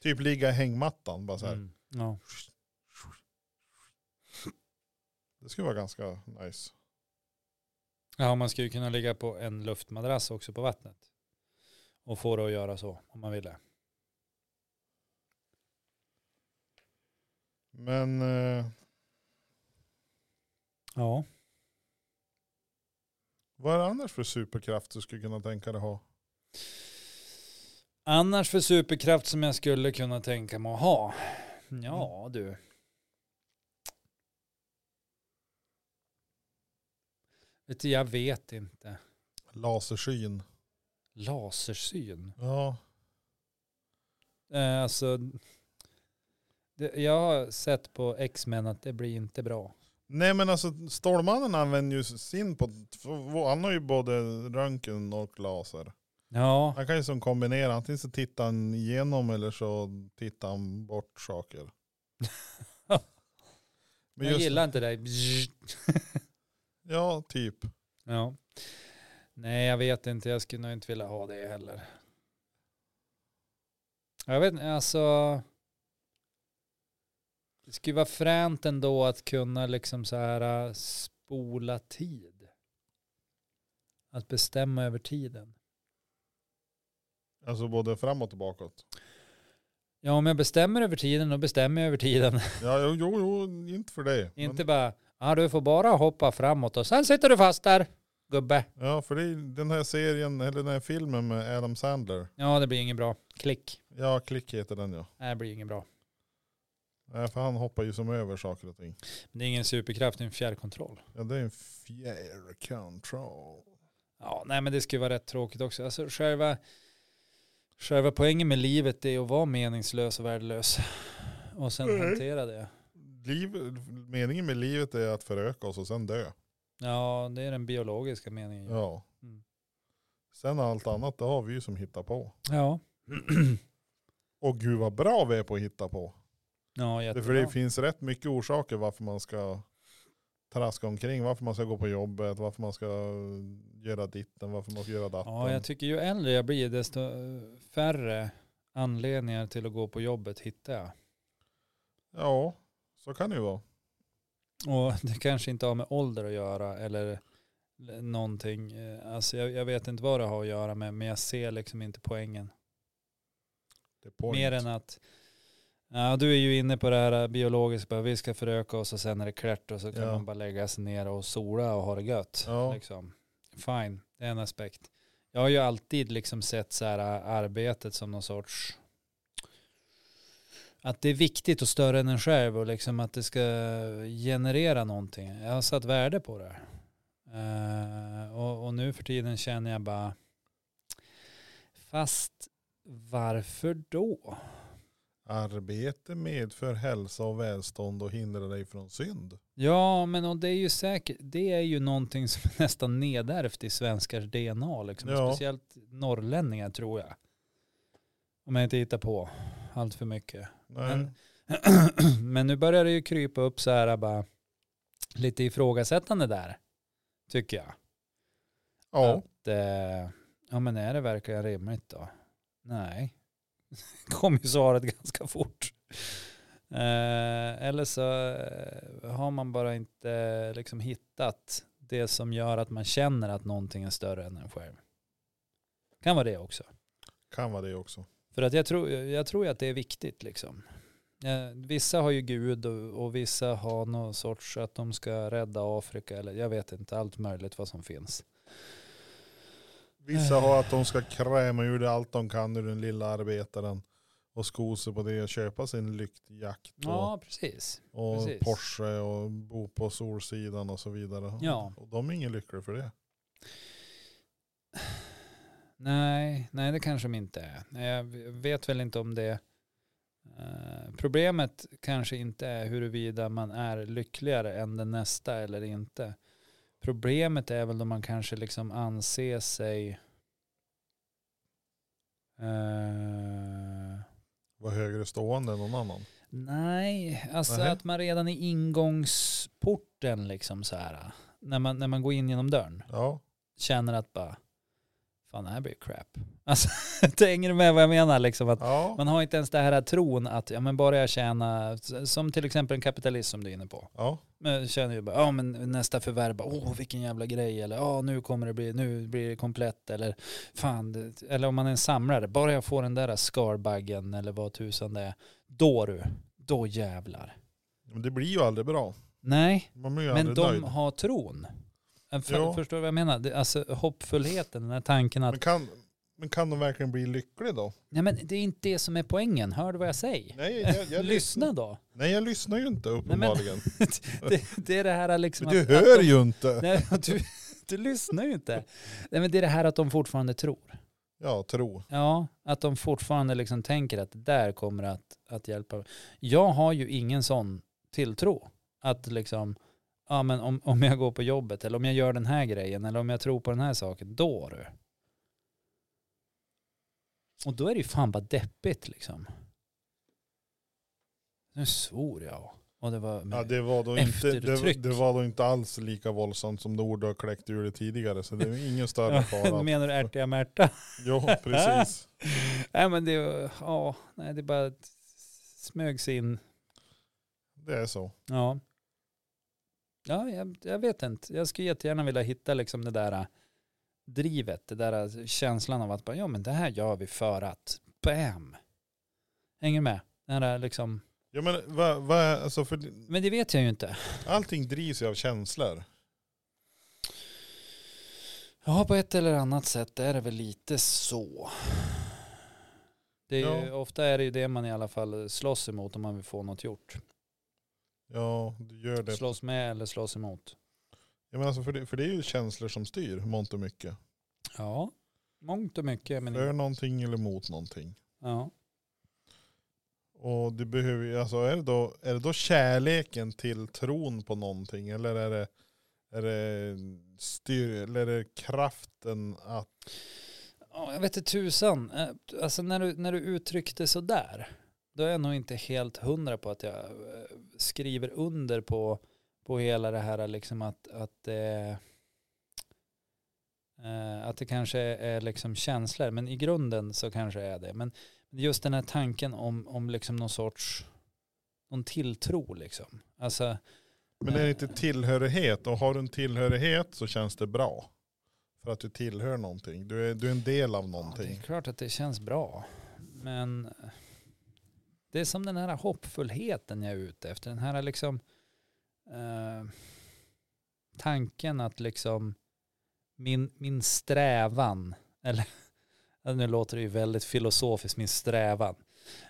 S1: Typ ligga i hängmattan bara så här.
S2: Mm. Ja.
S1: Det skulle vara ganska nice.
S2: ja, man skulle ju kunna ligga på en luftmadrass också på vattnet. Och få det att göra så, om man ville.
S1: Men eh,
S2: Ja.
S1: vad är det annars för superkraft du skulle kunna tänka dig ha?
S2: Annars för superkraft som jag skulle kunna tänka mig att ha? Ja,
S1: Mm.
S2: du. Vet du, jag vet inte.
S1: Lasersyn.
S2: Lasersyn?
S1: Ja,
S2: Eh, alltså, det, jag har sett på X-Men att det blir inte bra.
S1: Nej men alltså Stålmannen använder ju sin på, han har ju både röntgen och laser.
S2: Ja,
S1: Han kan ju som kombinera, antingen så tittar han igenom eller så tittar han bort saker. Men
S2: jag
S1: just-
S2: gillar inte dig.
S1: Ja, typ.
S2: Ja. Nej, jag vet inte. Jag skulle nog inte vilja ha det heller. Jag vet inte, alltså. Det skulle vara fränt ändå att kunna liksom så här eh, spola tid. Att bestämma över tiden.
S1: Alltså både framåt och bakåt.
S2: Ja, om jag bestämmer över tiden, då bestämmer jag över tiden.
S1: Ja, jo, jo, jo inte för dig. Men-
S2: Inte bara, ja du får bara hoppa framåt och sen sitter du fast där, gubbe.
S1: Ja, för det är den här serien, eller den här filmen med Adam Sandler.
S2: Ja, det blir inget bra. Klick.
S1: Ja, Klick heter den ja.
S2: Nej, det blir inget bra.
S1: Nej, för han hoppar ju som över saker och ting.
S2: Men det är ingen superkraft, det är en fjärrkontroll.
S1: Ja, det är en fjärr control.
S2: Ja, nej men det skulle vara rätt tråkigt också. Alltså själva, själva poängen med livet är att vara meningslös och värdelös. Och sen
S1: Mm.
S2: hantera det.
S1: Liv, meningen med livet är att föröka oss och sen dö.
S2: Ja, det är den biologiska meningen. Ja.
S1: Ja.
S2: Mm.
S1: Sen allt annat, det har vi ju som hittar på.
S2: Ja,
S1: Och gud vad bra vi är på att hitta på.
S2: ja
S1: Det,
S2: jättebra.
S1: för det finns rätt mycket orsaker varför man ska traska omkring, varför man ska gå på jobbet, varför man ska eh, göra ditten, varför man ska göra datten.
S2: Ja, jag tycker ju äldre jag blir desto eh, färre anledningar till att gå på jobbet hittar jag.
S1: ja, så kan det ju vara.
S2: Och det kanske inte har med ålder att göra eller någonting. Eh, Alltså jag, jag vet inte vad det har att göra med, men jag ser liksom inte poängen.
S1: Det är point.
S2: Mer än att ja, du är ju inne på det här biologiska, bara vi ska föröka oss och sen är det klart och så kan
S1: Ja.
S2: man bara lägga sig ner och sola och ha det gött.
S1: Ja.
S2: Liksom. Fine, det är en aspekt. Jag har ju alltid liksom sett så här äh, arbetet som någon sorts att det är viktigt och större än en själv och liksom att det ska generera någonting. Jag har satt värde på det. Eh, och, och nu för tiden känner jag bara fast varför då?
S1: Arbete medför hälsa och välstånd och hindrar dig från synd.
S2: Ja, men och det är ju säkert, det är ju någonting som är nästan nedärvt i svenskars DNA, liksom.
S1: Ja.
S2: speciellt norrlänningar tror jag. Om jag inte hittar på allt för mycket.
S1: Nej.
S2: Men- men nu börjar det ju krypa upp så här bara lite ifrågasättande där, tycker jag.
S1: ja,
S2: Att, eh, ja men är det verkligen rimligt då? Nej. Kom ju svaret ganska fort. Eh, eller så eh, har man bara inte eh, liksom hittat det som gör att man känner att någonting är större än en själv. Kan vara det också.
S1: kan vara det också.
S2: För att jag tror, jag tror ju att det är viktigt liksom. Eh, vissa har ju Gud och, och vissa har någon sorts att de ska rädda Afrika eller jag vet inte allt möjligt vad som finns.
S1: Vissa har att de ska kräma ur det allt de kan ur den lilla arbetaren. Och sko sig på det och köpa sin lyktjakt. Och,
S2: Ja, precis.
S1: och
S2: precis.
S1: Porsche och bo på Solsidan och så vidare.
S2: Ja.
S1: Och de är ingen lyckliga för det.
S2: Nej, nej det kanske de inte är. Nej, Jag vet väl inte om det. Eh, problemet kanske inte är huruvida man är lyckligare än den nästa eller inte. Problemet är väl då man kanske liksom anser sig eh,
S1: Var högre stående än någon annan.
S2: Nej, alltså
S1: Nej.
S2: att man redan i ingångsporten liksom så här, när man, när man går in genom dörren,
S1: Ja.
S2: känner att bara, fan det här blir crap. Alltså, hänger du med vad jag menar? Liksom att
S1: Ja.
S2: man har inte ens det här tron att, ja men bara jag tjänar, som till exempel en kapitalist som du är inne på,
S1: Ja.
S2: men känner ju bara, ja men nästa förvärv, bara, åh vilken jävla grej, eller ja nu kommer det bli, nu blir det komplett, eller fan, det, eller om man är en samlare, bara jag får den där skarbaggen eller vad tusan det är, då du, då jävlar.
S1: Men det blir ju aldrig bra.
S2: Nej,
S1: Man blir ju
S2: men
S1: aldrig
S2: de
S1: nöjd.
S2: har tron. Jag För,
S1: Ja.
S2: Förstår du vad jag menar? Det, alltså hoppfullheten, den här tanken att,
S1: Men kan, men kan de verkligen bli lyckliga då?
S2: nej men det är inte det som är poängen, hör du vad jag säger?
S1: Nej, jag, jag,
S2: Lyssna då.
S1: nej, jag lyssnar ju inte uppenbarligen.
S2: Det, det är det här liksom
S1: du
S2: att- att
S1: hör
S2: de-
S1: ju inte.
S2: Nej, du, du lyssnar ju inte. Nej, men det är det här att de fortfarande tror.
S1: Ja, tro.
S2: Ja, att de fortfarande liksom tänker att det där kommer att, att hjälpa. Jag har ju ingen sån tilltro. Att liksom, ja men om, om jag går på jobbet eller om jag gör den här grejen eller om jag tror på den här saken, då du. Och då är det ju fan bara deppigt liksom. Nu svor jag. Och det var
S1: Ja, det, var då inte, det,
S2: Eftertryck.
S1: det var då inte alls lika våldsamt som det ord du har kläckt ur det tidigare. Så det är ingen större fara.
S2: Menar du ärtiga Märta?
S1: Ja, precis.
S2: Nej men det, ja, nej, det bara smögs in.
S1: Det är så.
S2: Ja, ja jag, jag vet inte. Jag skulle jättegärna vilja hitta liksom det där äh, drivet, det där äh, känslan av att bara, ja men det här gör vi för att, bam. Hänger du med? Den här liksom,
S1: Ja, men, vad, vad, är- alltså, för,
S2: men det vet jag ju inte.
S1: allting drivs ju av känslor.
S2: Ja, på ett eller annat sätt är det väl lite så. Det är ju,
S1: Ja.
S2: ofta är det ju det man i alla fall slåss emot om man vill få något gjort.
S1: Ja, du gör det.
S2: Slåss med eller slåss emot.
S1: Ja, men, alltså, för, det för det är ju känslor som styr mångt och mycket.
S2: Ja, mångt och mycket. Men
S1: För någonting eller mot någonting.
S2: Ja.
S1: Och det behöver ju- alltså är det, då, är det då kärleken till tron på någonting? Eller är det, är det, styr, eller är det kraften att,
S2: ja, jag vet inte tusan. Eh, Alltså när du, när du uttryckte sådär, då är jag nog inte helt hundra på att jag eh, skriver under på, på hela det här liksom att, att, eh, eh, att det kanske är liksom känslor, men i grunden så kanske det är det. Men just den här tanken om, om liksom någon sorts, någon tilltro liksom. Alltså,
S1: men är det inte tillhörighet? Och har du en tillhörighet så känns det bra. För att du tillhör någonting. Du är, du är en del av
S2: Ja, det
S1: någonting.
S2: är klart att det känns bra. Men det är som den här hoppfullheten jag är ute efter. Den här liksom eh, tanken att liksom min, min strävan, eller ja, nu låter det ju väldigt filosofiskt, min strävan.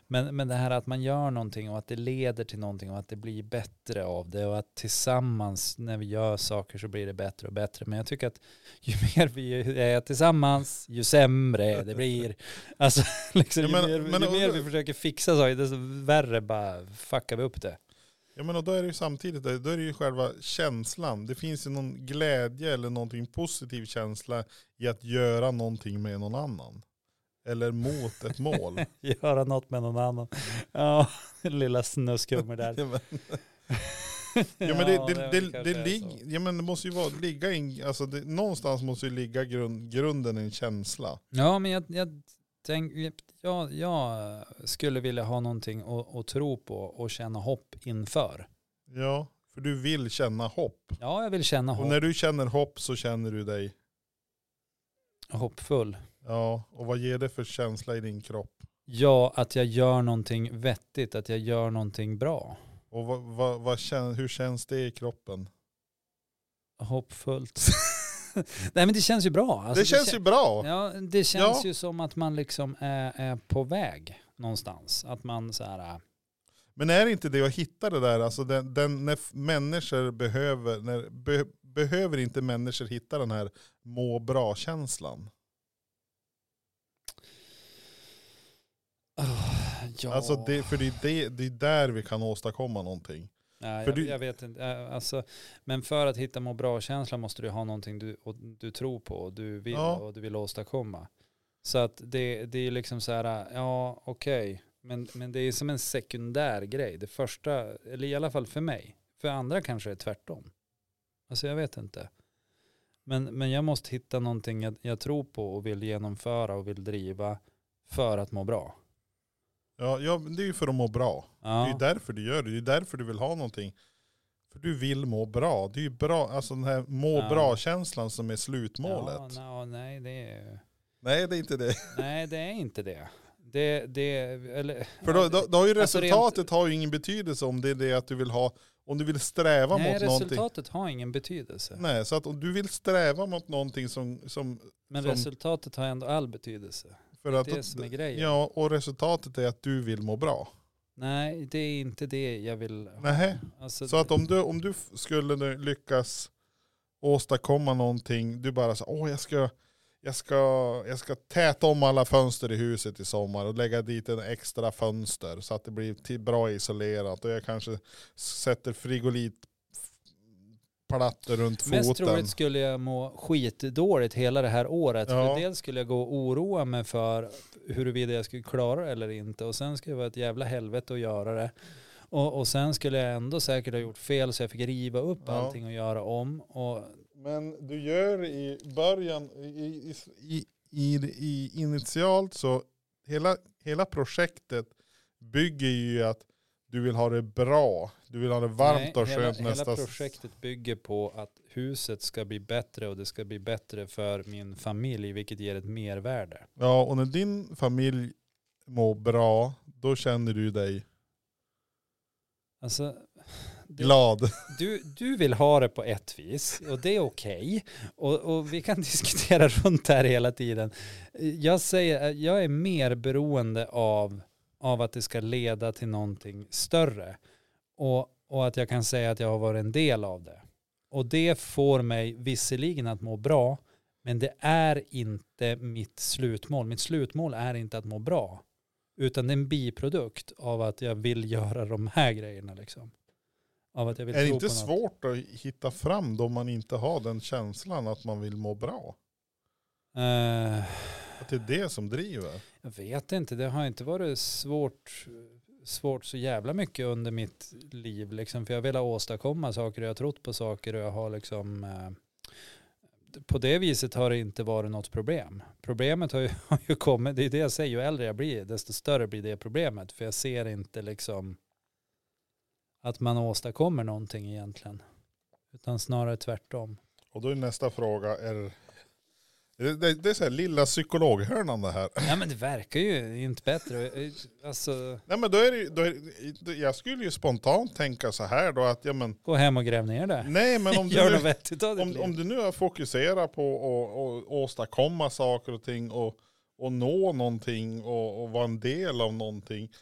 S2: Men, men det här att man gör någonting och att det leder till någonting och att det blir bättre av det och att tillsammans när vi gör saker så blir det bättre och bättre. Men jag tycker att ju mer vi är tillsammans, ju sämre det blir. Alltså, liksom,
S1: Ja, men-
S2: ju, mer,
S1: men-
S2: ju mer vi försöker fixa saker, desto värre bara fuckar vi upp det.
S1: Ja men och då är det ju samtidigt, då är det ju själva känslan. Det finns ju någon glädje eller någonting positiv känsla i att göra någonting med någon annan. Eller mot ett mål.
S2: Göra något med någon annan. Ja, lilla snuskhummer där.
S1: Ja, men- Ja men det, det,
S2: väl
S1: det,
S2: kanske
S1: det,
S2: är
S1: lig,
S2: så.
S1: ja, men det måste ju vara, ligga in, alltså det, någonstans måste ju ligga grund, grunden i en känsla.
S2: Ja, men jag, jag, tänk, jag, jag skulle vilja ha någonting att, att tro på och känna hopp inför.
S1: Ja, för du vill känna hopp.
S2: Ja, jag vill känna
S1: Och
S2: hopp,
S1: när du känner hopp så känner du dig,
S2: hoppfull.
S1: ja, och vad ger det för känsla i din kropp?
S2: Ja, att jag gör någonting vettigt, att jag gör någonting bra.
S1: Och vad, vad, vad kän, hur känns det i kroppen?
S2: Hoppfullt. Nej men det känns ju bra. Alltså,
S1: det känns ju bra.
S2: Ja, det känns
S1: Ja.
S2: ju som att man liksom är, är på väg någonstans. Att man så här, äh,
S1: Men är det inte det att hitta det där, alltså den, den, när f- människor behöver, när, be, behöver inte människor hitta den här må bra-känslan?
S2: åh, ja.
S1: Alltså det, för det är, det, det är där vi kan åstadkomma någonting.
S2: Nej,
S1: för
S2: jag,
S1: du-
S2: jag vet inte. Äh, Alltså, men för att hitta må bra-känsla måste du ha någonting du, och, du tror på och du vill,
S1: Ja.
S2: och du vill åstadkomma. Så att det, det är liksom så här, äh, ja okej, men, men det är som en sekundär grej. Det första, eller i alla fall för mig. För andra kanske det är tvärtom. Alltså jag vet inte. Men, men jag måste hitta någonting jag, jag tror på och vill genomföra och vill driva för att må bra.
S1: Ja, ja, men det är ju för att må bra. Det är ju
S2: Ja,
S1: därför du gör det. Det är därför du vill ha någonting. För du vill må bra. Det är ju bra, alltså den här må
S2: Ja.
S1: bra-känslan som är slutmålet.
S2: Ja, na- nej, det är...
S1: Nej, det är inte det.
S2: Nej, det är inte det. Det, det, eller,
S1: För då, då, då har ju
S2: Alltså rent-
S1: resultatet har ju ingen betydelse om det är det att du vill ha, om du vill sträva
S2: nej,
S1: mot någonting. Mm.
S2: resultatet har ingen betydelse.
S1: Nej, så att om du vill sträva mot någonting som, som
S2: men
S1: som-
S2: resultatet har ändå all betydelse.
S1: för
S2: Det är
S1: att,
S2: det som är grejen.
S1: ja, och resultatet är att du vill må bra.
S2: Nej, det är inte det jag vill ha.
S1: Nähä.
S2: Alltså,
S1: Så att om du, om du f- skulle nu lyckas åstadkomma någonting, du bara så åh jag ska, jag, ska, jag ska täta om alla fönster i huset i sommar och lägga dit en extra fönster så att det blir till bra isolerat och jag kanske sätter frigolitplattor runt
S2: Mest
S1: foten.
S2: troligt skulle jag må skitdåligt hela det här året.
S1: Ja.
S2: För dels skulle jag gå och oroa mig för huruvida jag skulle klara det eller inte. Och sen skulle det vara ett jävla helvete att göra det. Och, och sen skulle jag ändå säkert ha gjort fel så jag fick riva upp
S1: Ja.
S2: allting och göra om. Och
S1: Men du gör i början, i, i, i, i initialt så hela, hela projektet bygger ju att du vill ha det bra. Du vill ha det varmt och
S2: hela,
S1: skönt nästa...
S2: Hela projektet bygger på att huset ska bli bättre och det ska bli bättre för min familj vilket ger ett mervärde.
S1: Ja, och när din familj mår bra, då känner du dig
S2: Alltså, Det-
S1: glad.
S2: du, du vill ha det på ett vis och det är okej. Och, och vi kan diskutera runt det här hela tiden. Jag säger att jag är mer beroende av, av att det ska leda till någonting större. Och, och att jag kan säga att jag har varit en del av det. Och det får mig visserligen att må bra, men det är inte mitt slutmål. Mitt slutmål är inte att må bra, utan det är en biprodukt av att jag vill göra de här grejerna. Liksom. Av att jag vill
S1: Är det
S2: tro
S1: inte
S2: på något.
S1: svårt att hitta fram då man inte har den känslan att man vill må bra?
S2: Eh,
S1: Att det är det som driver?
S2: jag vet inte, det har inte varit svårt, svårt så jävla mycket under mitt liv. Liksom, för jag har velat åstadkomma saker och jag har trott på saker och jag har liksom... eh, på det viset har det inte varit något problem. Problemet har ju, har ju kommit, det är det jag säger, ju äldre jag blir desto större blir det problemet. För jag ser inte liksom att man åstadkommer någonting egentligen. Utan snarare tvärtom.
S1: Och då är nästa fråga, är, det, det, det är så här lilla psykologhörnan det här.
S2: Ja men det verkar ju inte bättre. Alltså,
S1: Nej men då är det, ju- då är, det- jag skulle ju spontant tänka så här då att, ja men,
S2: gå hem och gräv ner det.
S1: nej men om
S2: Gör
S1: du
S2: något
S1: nu,
S2: vettigt av ditt
S1: om,
S2: liv.
S1: om du nu har fokuserat på att och, åstadkomma saker och ting och, och nå någonting och, och vara en del av någonting,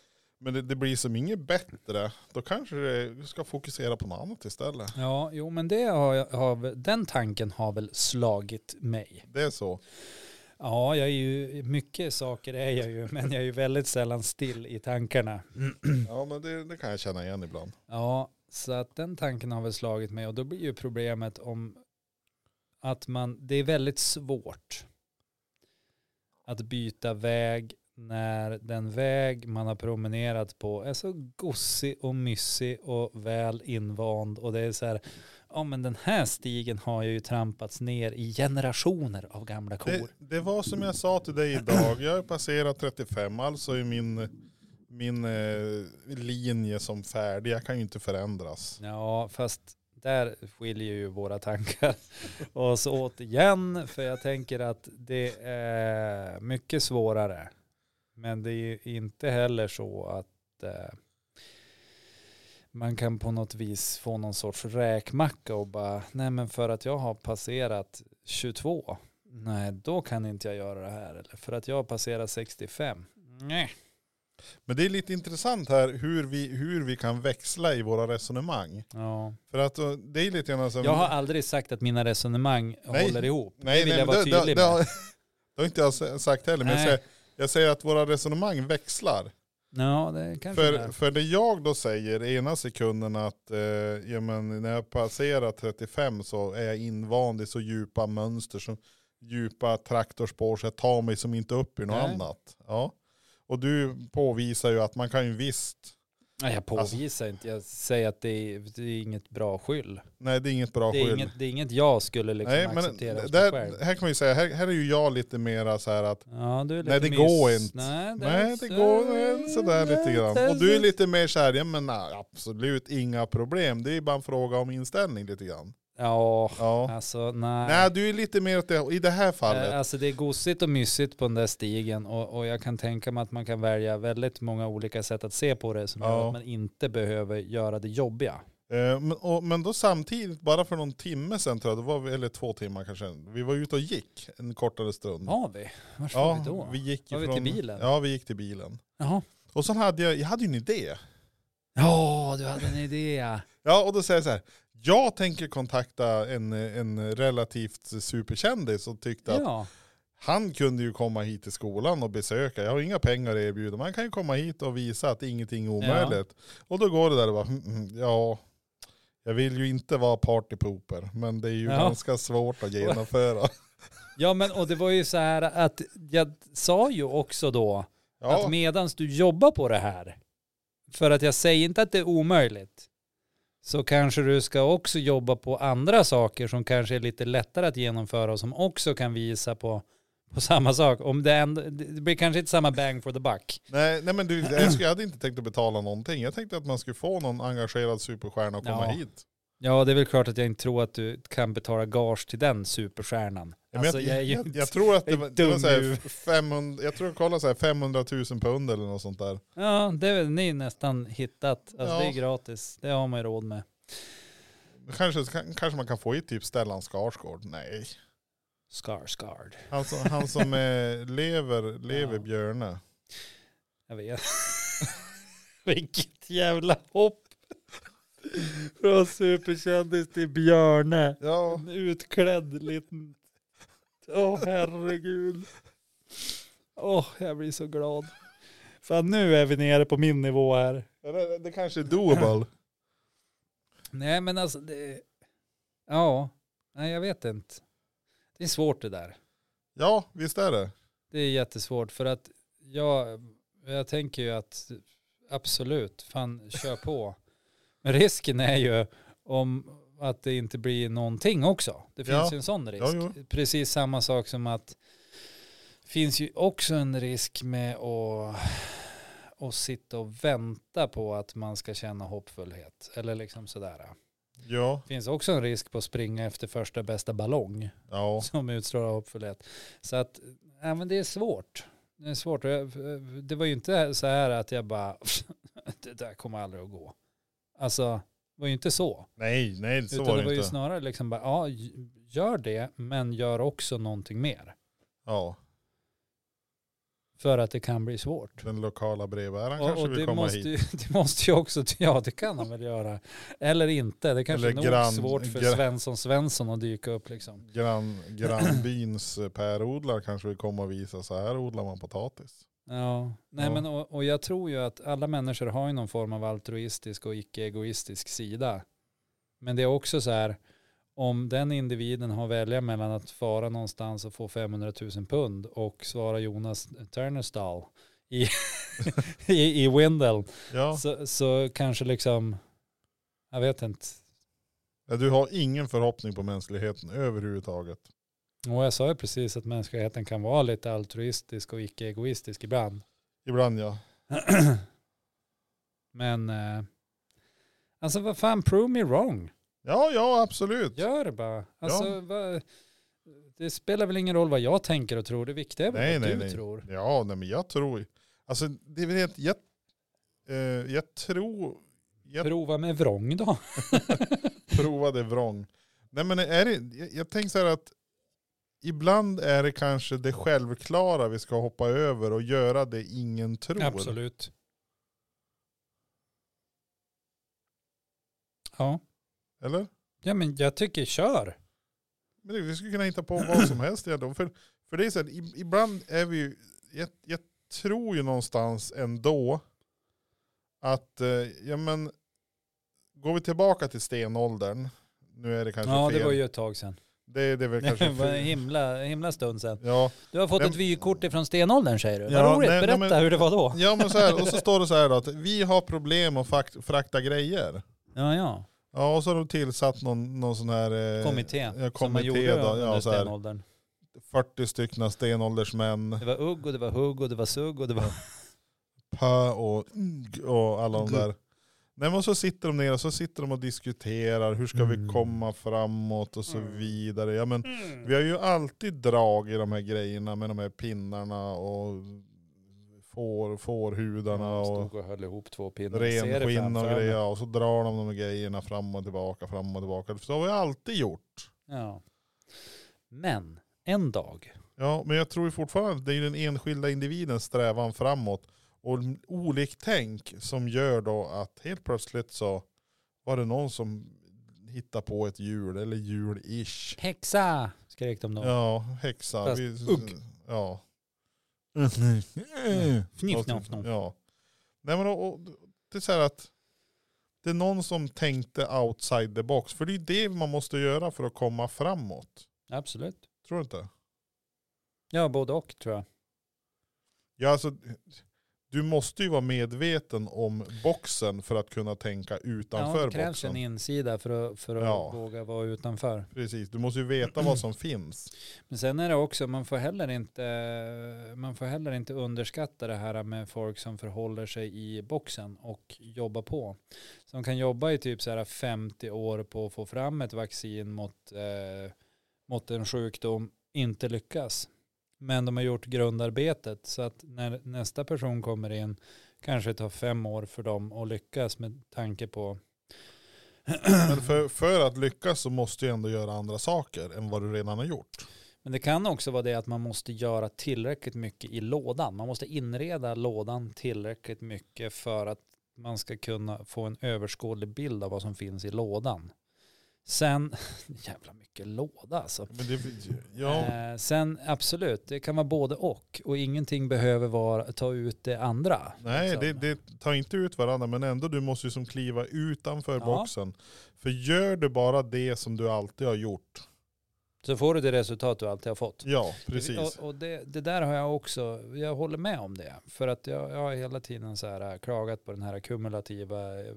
S1: men det, det blir som inget bättre, då kanske du ska fokusera på något annat istället.
S2: Ja, jo men det har, jag- har, väl- den tanken har väl slagit mig.
S1: Det är så.
S2: Ja, jag är ju, mycket saker är jag ju, men jag är ju väldigt sällan still i tankarna. Mm.
S1: Ja men det, det kan jag känna igen ibland.
S2: Ja, så att den tanken har väl slagit mig och då blir ju problemet om att man, det är väldigt svårt att byta väg när den väg man har promenerat på är så gossig och mysig och väl invand och det är så här, ja men den här stigen har jag ju trampats ner i generationer av gamla kor.
S1: Det, det var som jag sa till dig idag, jag har passerat 35 alltså i min, min eh, linje som färdig, jag kan ju inte förändras.
S2: Ja, fast där skiljer ju våra tankar oss åt igen. För jag tänker att det är mycket svårare. Men det är ju inte heller så att eh, man kan på något vis få någon sorts räkmacka och bara, nej men för att jag har passerat 22, nej då kan inte jag göra det här. Eller för att jag har passerat 65, nej.
S1: Men det är lite intressant här hur vi, hur vi kan växla i våra resonemang.
S2: Ja.
S1: För att eh, det är lite grann som...
S2: Jag har aldrig sagt att mina resonemang
S1: Nej.
S2: håller ihop.
S1: nej,
S2: det vill
S1: nej, men
S2: jag vara
S1: det- det-
S2: tydlig
S1: det har-
S2: med.
S1: Det har inte jag s- sagt heller, men jag
S2: Nej.
S1: säger, jag säger att våra resonemang växlar.
S2: Ja, det kanske det
S1: För,
S2: är.
S1: för det jag då säger ena sekunden att eh, ja, men när jag passerar 35 så är jag invand i så djupa mönster, så djupa traktorspår så jag tar mig som inte upp i något
S2: Nej.
S1: annat. Ja. Och du påvisar ju att man kan ju visst,
S2: Nej, jag
S1: Alltså-
S2: påvisar inte. Jag säger att det är, det är inget bra skyll.
S1: nej det är inget bra
S2: Det är
S1: skyll.
S2: inget, det är inget jag skulle liksom
S1: nej, men
S2: acceptera hos mig själv.
S1: där, här kan vi säga, här, här är ju jag lite mera så här att
S2: Ja, du är lite
S1: Nej, det
S2: mys.
S1: går inte.
S2: Nej, det,
S1: Nej det går nej, sådär lite grann. Och du är lite mer såhär, ja men nej, absolut inga problem. Det är ju bara en fråga om inställning lite grann.
S2: Ja,
S1: Ja.
S2: alltså nej.
S1: Nej du är lite mer åt det, i det här
S2: Eh,
S1: fallet.
S2: Alltså det är gosigt och mysigt på den där stigen och, och jag kan tänka mig att man kan välja väldigt många olika sätt att se på det som
S1: Ja.
S2: gör att man inte behöver göra det jobbiga.
S1: Eh, Men, och, men då samtidigt, bara för någon timme sedan tror jag, det var, vi- eller två timmar kanske, vi var ute och gick en kortare stund.
S2: Var vi? Vart var vi då?
S1: Mm. vi gick
S2: Var vi
S1: ifrån,
S2: till bilen?
S1: Ja vi gick till bilen.
S2: Jaha.
S1: Och sen hade jag, jag hade ju en idé.
S2: Ja, du hade en idé. ja.
S1: Ja, och då säger jag så här. Jag tänker kontakta en, en relativt superkändis och tyckte att
S2: Ja,
S1: han kunde ju komma hit till skolan och besöka. Jag har inga pengar att erbjuda, men han kan ju komma hit och visa att ingenting är omöjligt. Och då går det där och bara, "Mm, mm, ja, jag vill ju inte vara partypooper, men det är ju
S2: Ja.
S1: ganska svårt att genomföra.
S2: ja men och det var ju så här att jag sa ju också då
S1: Ja,
S2: att medans du jobbar på det här, för att jag säger inte att det är omöjligt, så kanske du ska också jobba på andra saker som kanske är lite lättare att genomföra och som också kan visa på, på samma sak. Om det, ändå, det blir kanske inte samma bang for the buck.
S1: nej, nej men du, jag, skulle, jag hade inte tänkt att betala någonting. Jag tänkte att man skulle få någon engagerad superstjärna att komma
S2: Ja.
S1: hit.
S2: Ja, det är väl klart att jag inte tror att du kan betala gage till den superstjärnan.
S1: Men
S2: Alltså,
S1: jag,
S2: jag är
S1: jag,
S2: ju
S1: jag,
S2: inte-
S1: tror att
S2: jag
S1: det
S2: är
S1: var, det var
S2: dum
S1: så
S2: nu.
S1: här 500, jag tror jag kollade så här 500 000 pund eller något sånt där.
S2: Ja, det är väl ni nästan hittat. Alltså,
S1: Ja.
S2: Det är gratis, det har man ju råd med.
S1: Kanske, kanske man kan få i typ Stellan Skarsgård. Nej.
S2: Skarsgård.
S1: Han som, han som eh, lever, lever
S2: Ja.
S1: Björne.
S2: Jag vet. Vilket jävla hopp. Från superkändis till Björne.
S1: Ja.
S2: En utklädd liten... Åh herregud. Åh, jag blir så glad. För nu är vi nere på min nivå här.
S1: Det, det kanske är doable.
S2: Nej men alltså det... Ja, nej jag vet inte. Det är svårt det där.
S1: Ja, visst är det.
S2: Det är jättesvårt för att jag, jag tänker ju att absolut, fan kör på. Men risken är ju om att det inte blir någonting också. Det finns
S1: Ja.
S2: ju en sån risk.
S1: Ja,
S2: Precis samma sak som att finns ju också en risk med att, att sitta och vänta på att man ska känna hoppfullhet. Eller liksom sådär.
S1: Ja.
S2: finns också en risk på att springa efter första bästa ballong
S1: Ja.
S2: som utstrålar hoppfullhet. Så att, ja men det är svårt. Det är svårt. Och jag- Det var ju inte så här att jag bara, det där kommer aldrig att gå. Alltså, det var ju inte så.
S1: Nej, nej, så
S2: Utan
S1: var
S2: det var
S1: det
S2: ju
S1: inte.
S2: snarare liksom bara, ja, gör det, men gör också någonting mer.
S1: Ja,
S2: För att det kan bli svårt.
S1: den lokala brevbäraren
S2: Och,
S1: kanske
S2: och
S1: vill
S2: det,
S1: komma
S2: måste
S1: hit.
S2: ju, det måste ju också, ja det kan han väl göra. Eller inte, det kanske
S1: Eller
S2: är nog
S1: grann-
S2: svårt för
S1: grann-
S2: Svensson Svensson att dyka upp liksom.
S1: Grann, grannbyns eh, pärodlare kanske vill komma och visa, så här odlar man potatis.
S2: Ja, nej
S1: Ja.
S2: men och, och jag tror ju att alla människor har ju någon form av altruistisk och icke-egoistisk sida. Men det är också så här, om den individen har att välja mellan att fara någonstans och få 500 000 pund och svara Jonas Turnerstall i, i, i Windle,
S1: Ja.
S2: så, så kanske liksom, jag vet inte.
S1: Ja, Du har ingen förhoppning på mänskligheten överhuvudtaget.
S2: Och jag sa ju precis att mänskligheten kan vara lite altruistisk och icke-egoistisk ibland.
S1: Ibland ja.
S2: Men eh, alltså vad fan, prove me wrong.
S1: Ja, ja absolut.
S2: Gör det bara. Alltså,
S1: Ja.
S2: vad, det spelar väl ingen roll vad jag tänker och tror. Det viktiga är väl
S1: Nej,
S2: vad
S1: nej,
S2: du
S1: nej.
S2: tror.
S1: Ja, nej, men jag tror, alltså det är väl helt, jag, eh, jag tror jag
S2: Prova med vrång då.
S1: provade vrång. Nej men är det, jag, jag tänker så här att ibland är det kanske det självklara vi ska hoppa över och göra det ingen tror.
S2: Absolut. Ja.
S1: Eller?
S2: ja, men jag tycker kör.
S1: Men det, vi skulle kunna hitta på vad som helst egentligen. För, för det är så här, i- ibland är vi ju, jag, jag tror ju någonstans ändå att, eh, ja men, går vi tillbaka till stenåldern, nu är det kanske
S2: Ja,
S1: fel.
S2: det var ju ett tag sedan.
S1: det, det är väl kanske
S2: Det var en
S1: fel.
S2: himla, himla stund sedan.
S1: Ja,
S2: Du har fått
S1: Den-
S2: ett vykort ifrån stenåldern säger du.
S1: Ja,
S2: Vad roligt,
S1: nej, nej,
S2: berätta
S1: men- Eh,
S2: hur det var då.
S1: ja men så här, och så står det så här då, att vi har problem att fakt, frakta grejer.
S2: Ja, ja.
S1: Ja, och så har de tillsatt någon, någon sån här eh,
S2: Kommitté.
S1: ja,
S2: som man
S1: kommitté
S2: gjorde
S1: då, ja,
S2: under
S1: så här,
S2: stenåldern.
S1: 40 stycken stenåldersmän,
S2: Det var ugg och det var hugg och det var sugg och det var...
S1: Pö och Ng och alla de
S2: Gl-
S1: där. Nej men så sitter de ner och så sitter de och diskuterar hur ska
S2: Mm.
S1: vi komma framåt och så
S2: Mm.
S1: vidare. Ja, men vi har ju alltid drag i de här grejerna med de här pinnarna och får, fårhudarna och
S2: Stod och höll ihop två pinnar. Ser det
S1: renskinn och
S2: framför mig.
S1: grejer. Och så drar de de här grejerna fram och tillbaka, fram och tillbaka. Så har vi alltid gjort.
S2: Ja. Men en dag.
S1: Ja men jag tror ju fortfarande att det är den enskilda individens strävan framåt och oliktänk som gör då att helt plötsligt så var det någon som hittade på ett hjul eller hjul-ish.
S2: Häxa! Skrek de då.
S1: Ja, häxa.
S2: Fast
S1: Vi-
S2: ugg.
S1: Ja. Mm.
S2: Fniff, fnaff, fnaff.
S1: Ja. Nej men och, och, det är så här att det är någon som tänkte outside the box. För det är det man måste göra för att komma framåt.
S2: Absolut.
S1: Tror du inte?
S2: Ja, både och tror jag.
S1: Ja, alltså, du måste ju vara medveten om boxen för att kunna tänka
S2: Ja,
S1: utanför
S2: det krävs
S1: boxen.
S2: en insida för att, för att
S1: Ja.
S2: våga vara utanför.
S1: Precis, du måste ju veta vad som finns.
S2: Men sen är det också, man får heller inte, man får heller inte underskatta det här med folk som förhåller sig i boxen och jobbar på. Som kan jobba i typ så här 50 år på att få fram ett vaccin mot, eh, mot en sjukdom, inte lyckas. Men de har gjort grundarbetet så att när nästa person kommer in kanske det tar fem år för dem att lyckas med tanke på
S1: Men för, för att lyckas så måste du ändå göra andra saker än vad du redan har gjort.
S2: Men det kan också vara det att man måste göra tillräckligt mycket i lådan. Man måste inreda lådan tillräckligt mycket för att man ska kunna få en överskådlig bild av vad som finns i lådan. Sen, jävla mycket låda alltså.
S1: Men det, ja,
S2: Eh, sen absolut, det kan vara både och och ingenting behöver vara, ta ut det andra.
S1: nej,
S2: liksom.
S1: det, det tar inte ut varandra men ändå du måste ju som kliva utanför
S2: Ja.
S1: boxen. För gör du bara det som du alltid har gjort,
S2: Så får du det resultat du alltid har fått.
S1: ja precis.
S2: Och, och det, det där har jag också, jag håller med om det. För att jag, jag har hela tiden så här äh, klagat på den här kumulativa eh,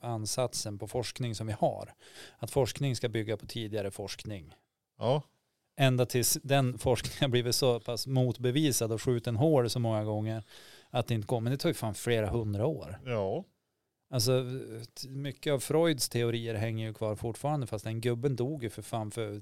S2: ansatsen på forskning som vi har. Att forskning ska bygga på tidigare forskning.
S1: Ja,
S2: Ända tills den forskningen har blivit så pass motbevisad och skjuten hål så många gånger att det inte går. Men det tar ju fan flera hundra år.
S1: ja.
S2: Alltså t- mycket av Freuds teorier hänger ju kvar fortfarande fast den gubben dog ju för fan för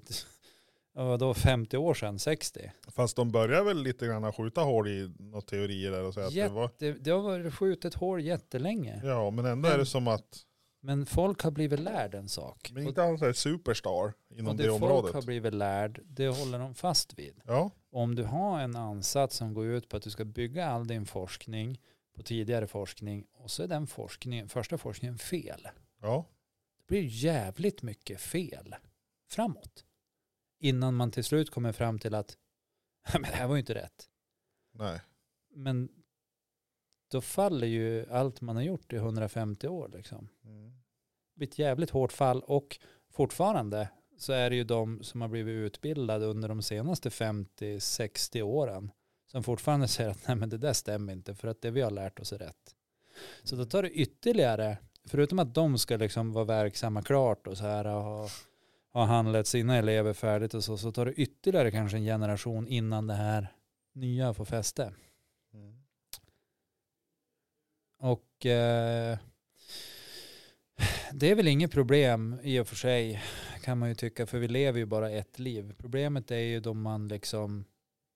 S2: ja, vadå 50 år sedan, 60.
S1: Fast de börjar väl lite grann skjuta hål i några teorier där och säga att det var...
S2: Det, det har varit skjutet hår jättelänge.
S1: Ja, men ändå är det som att,
S2: Men folk har blivit lärd en sak.
S1: men
S2: Och,
S1: inte alls är superstar
S2: och
S1: inom
S2: det
S1: det
S2: folk har
S1: området.
S2: blivit lärd, det håller de fast vid.
S1: Ja,
S2: Om du har en ansats som går ut på att du ska bygga all din forskning på tidigare forskning och så är den forskningen, första forskningen fel.
S1: ja,
S2: Det blir jävligt mycket fel framåt. Innan man till slut kommer fram till att men det här var ju inte rätt.
S1: nej.
S2: Men då faller ju allt man har gjort i 150 år liksom. blivit jävligt hårt fall och fortfarande så är det ju de som har blivit utbildade under de senaste 50-60 åren som fortfarande säger att nej men det där stämmer inte för att det vi har lärt oss är rätt. Så då tar det ytterligare, förutom att de ska liksom vara verksamma klart och så här och ha, ha handlat sina elever färdigt och så, så tar det ytterligare kanske en generation innan det här nya får fäste. mm. Och eh, det är väl inget problem i och för sig kan man ju tycka för vi lever ju bara ett liv. Problemet är ju då man liksom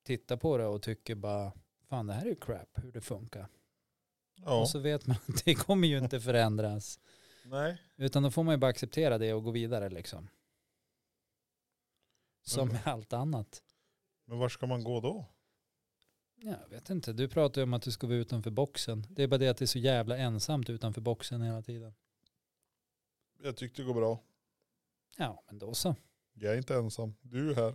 S2: tittar på det och tycker bara fan det här är ju crap hur det funkar.
S1: Ja,
S2: Och så vet man att det kommer ju inte förändras.
S1: Nej.
S2: Utan då får man ju bara acceptera det och gå vidare liksom. Som
S1: Mm.
S2: med allt annat.
S1: Men var ska man gå då?
S2: Ja, Jag vet inte, du pratar ju om att du ska vara utanför boxen. Det är bara det att det är så jävla ensamt utanför boxen hela tiden.
S1: Jag tyckte det går bra.
S2: Ja, men då så.
S1: Jag är inte ensam. Du är här.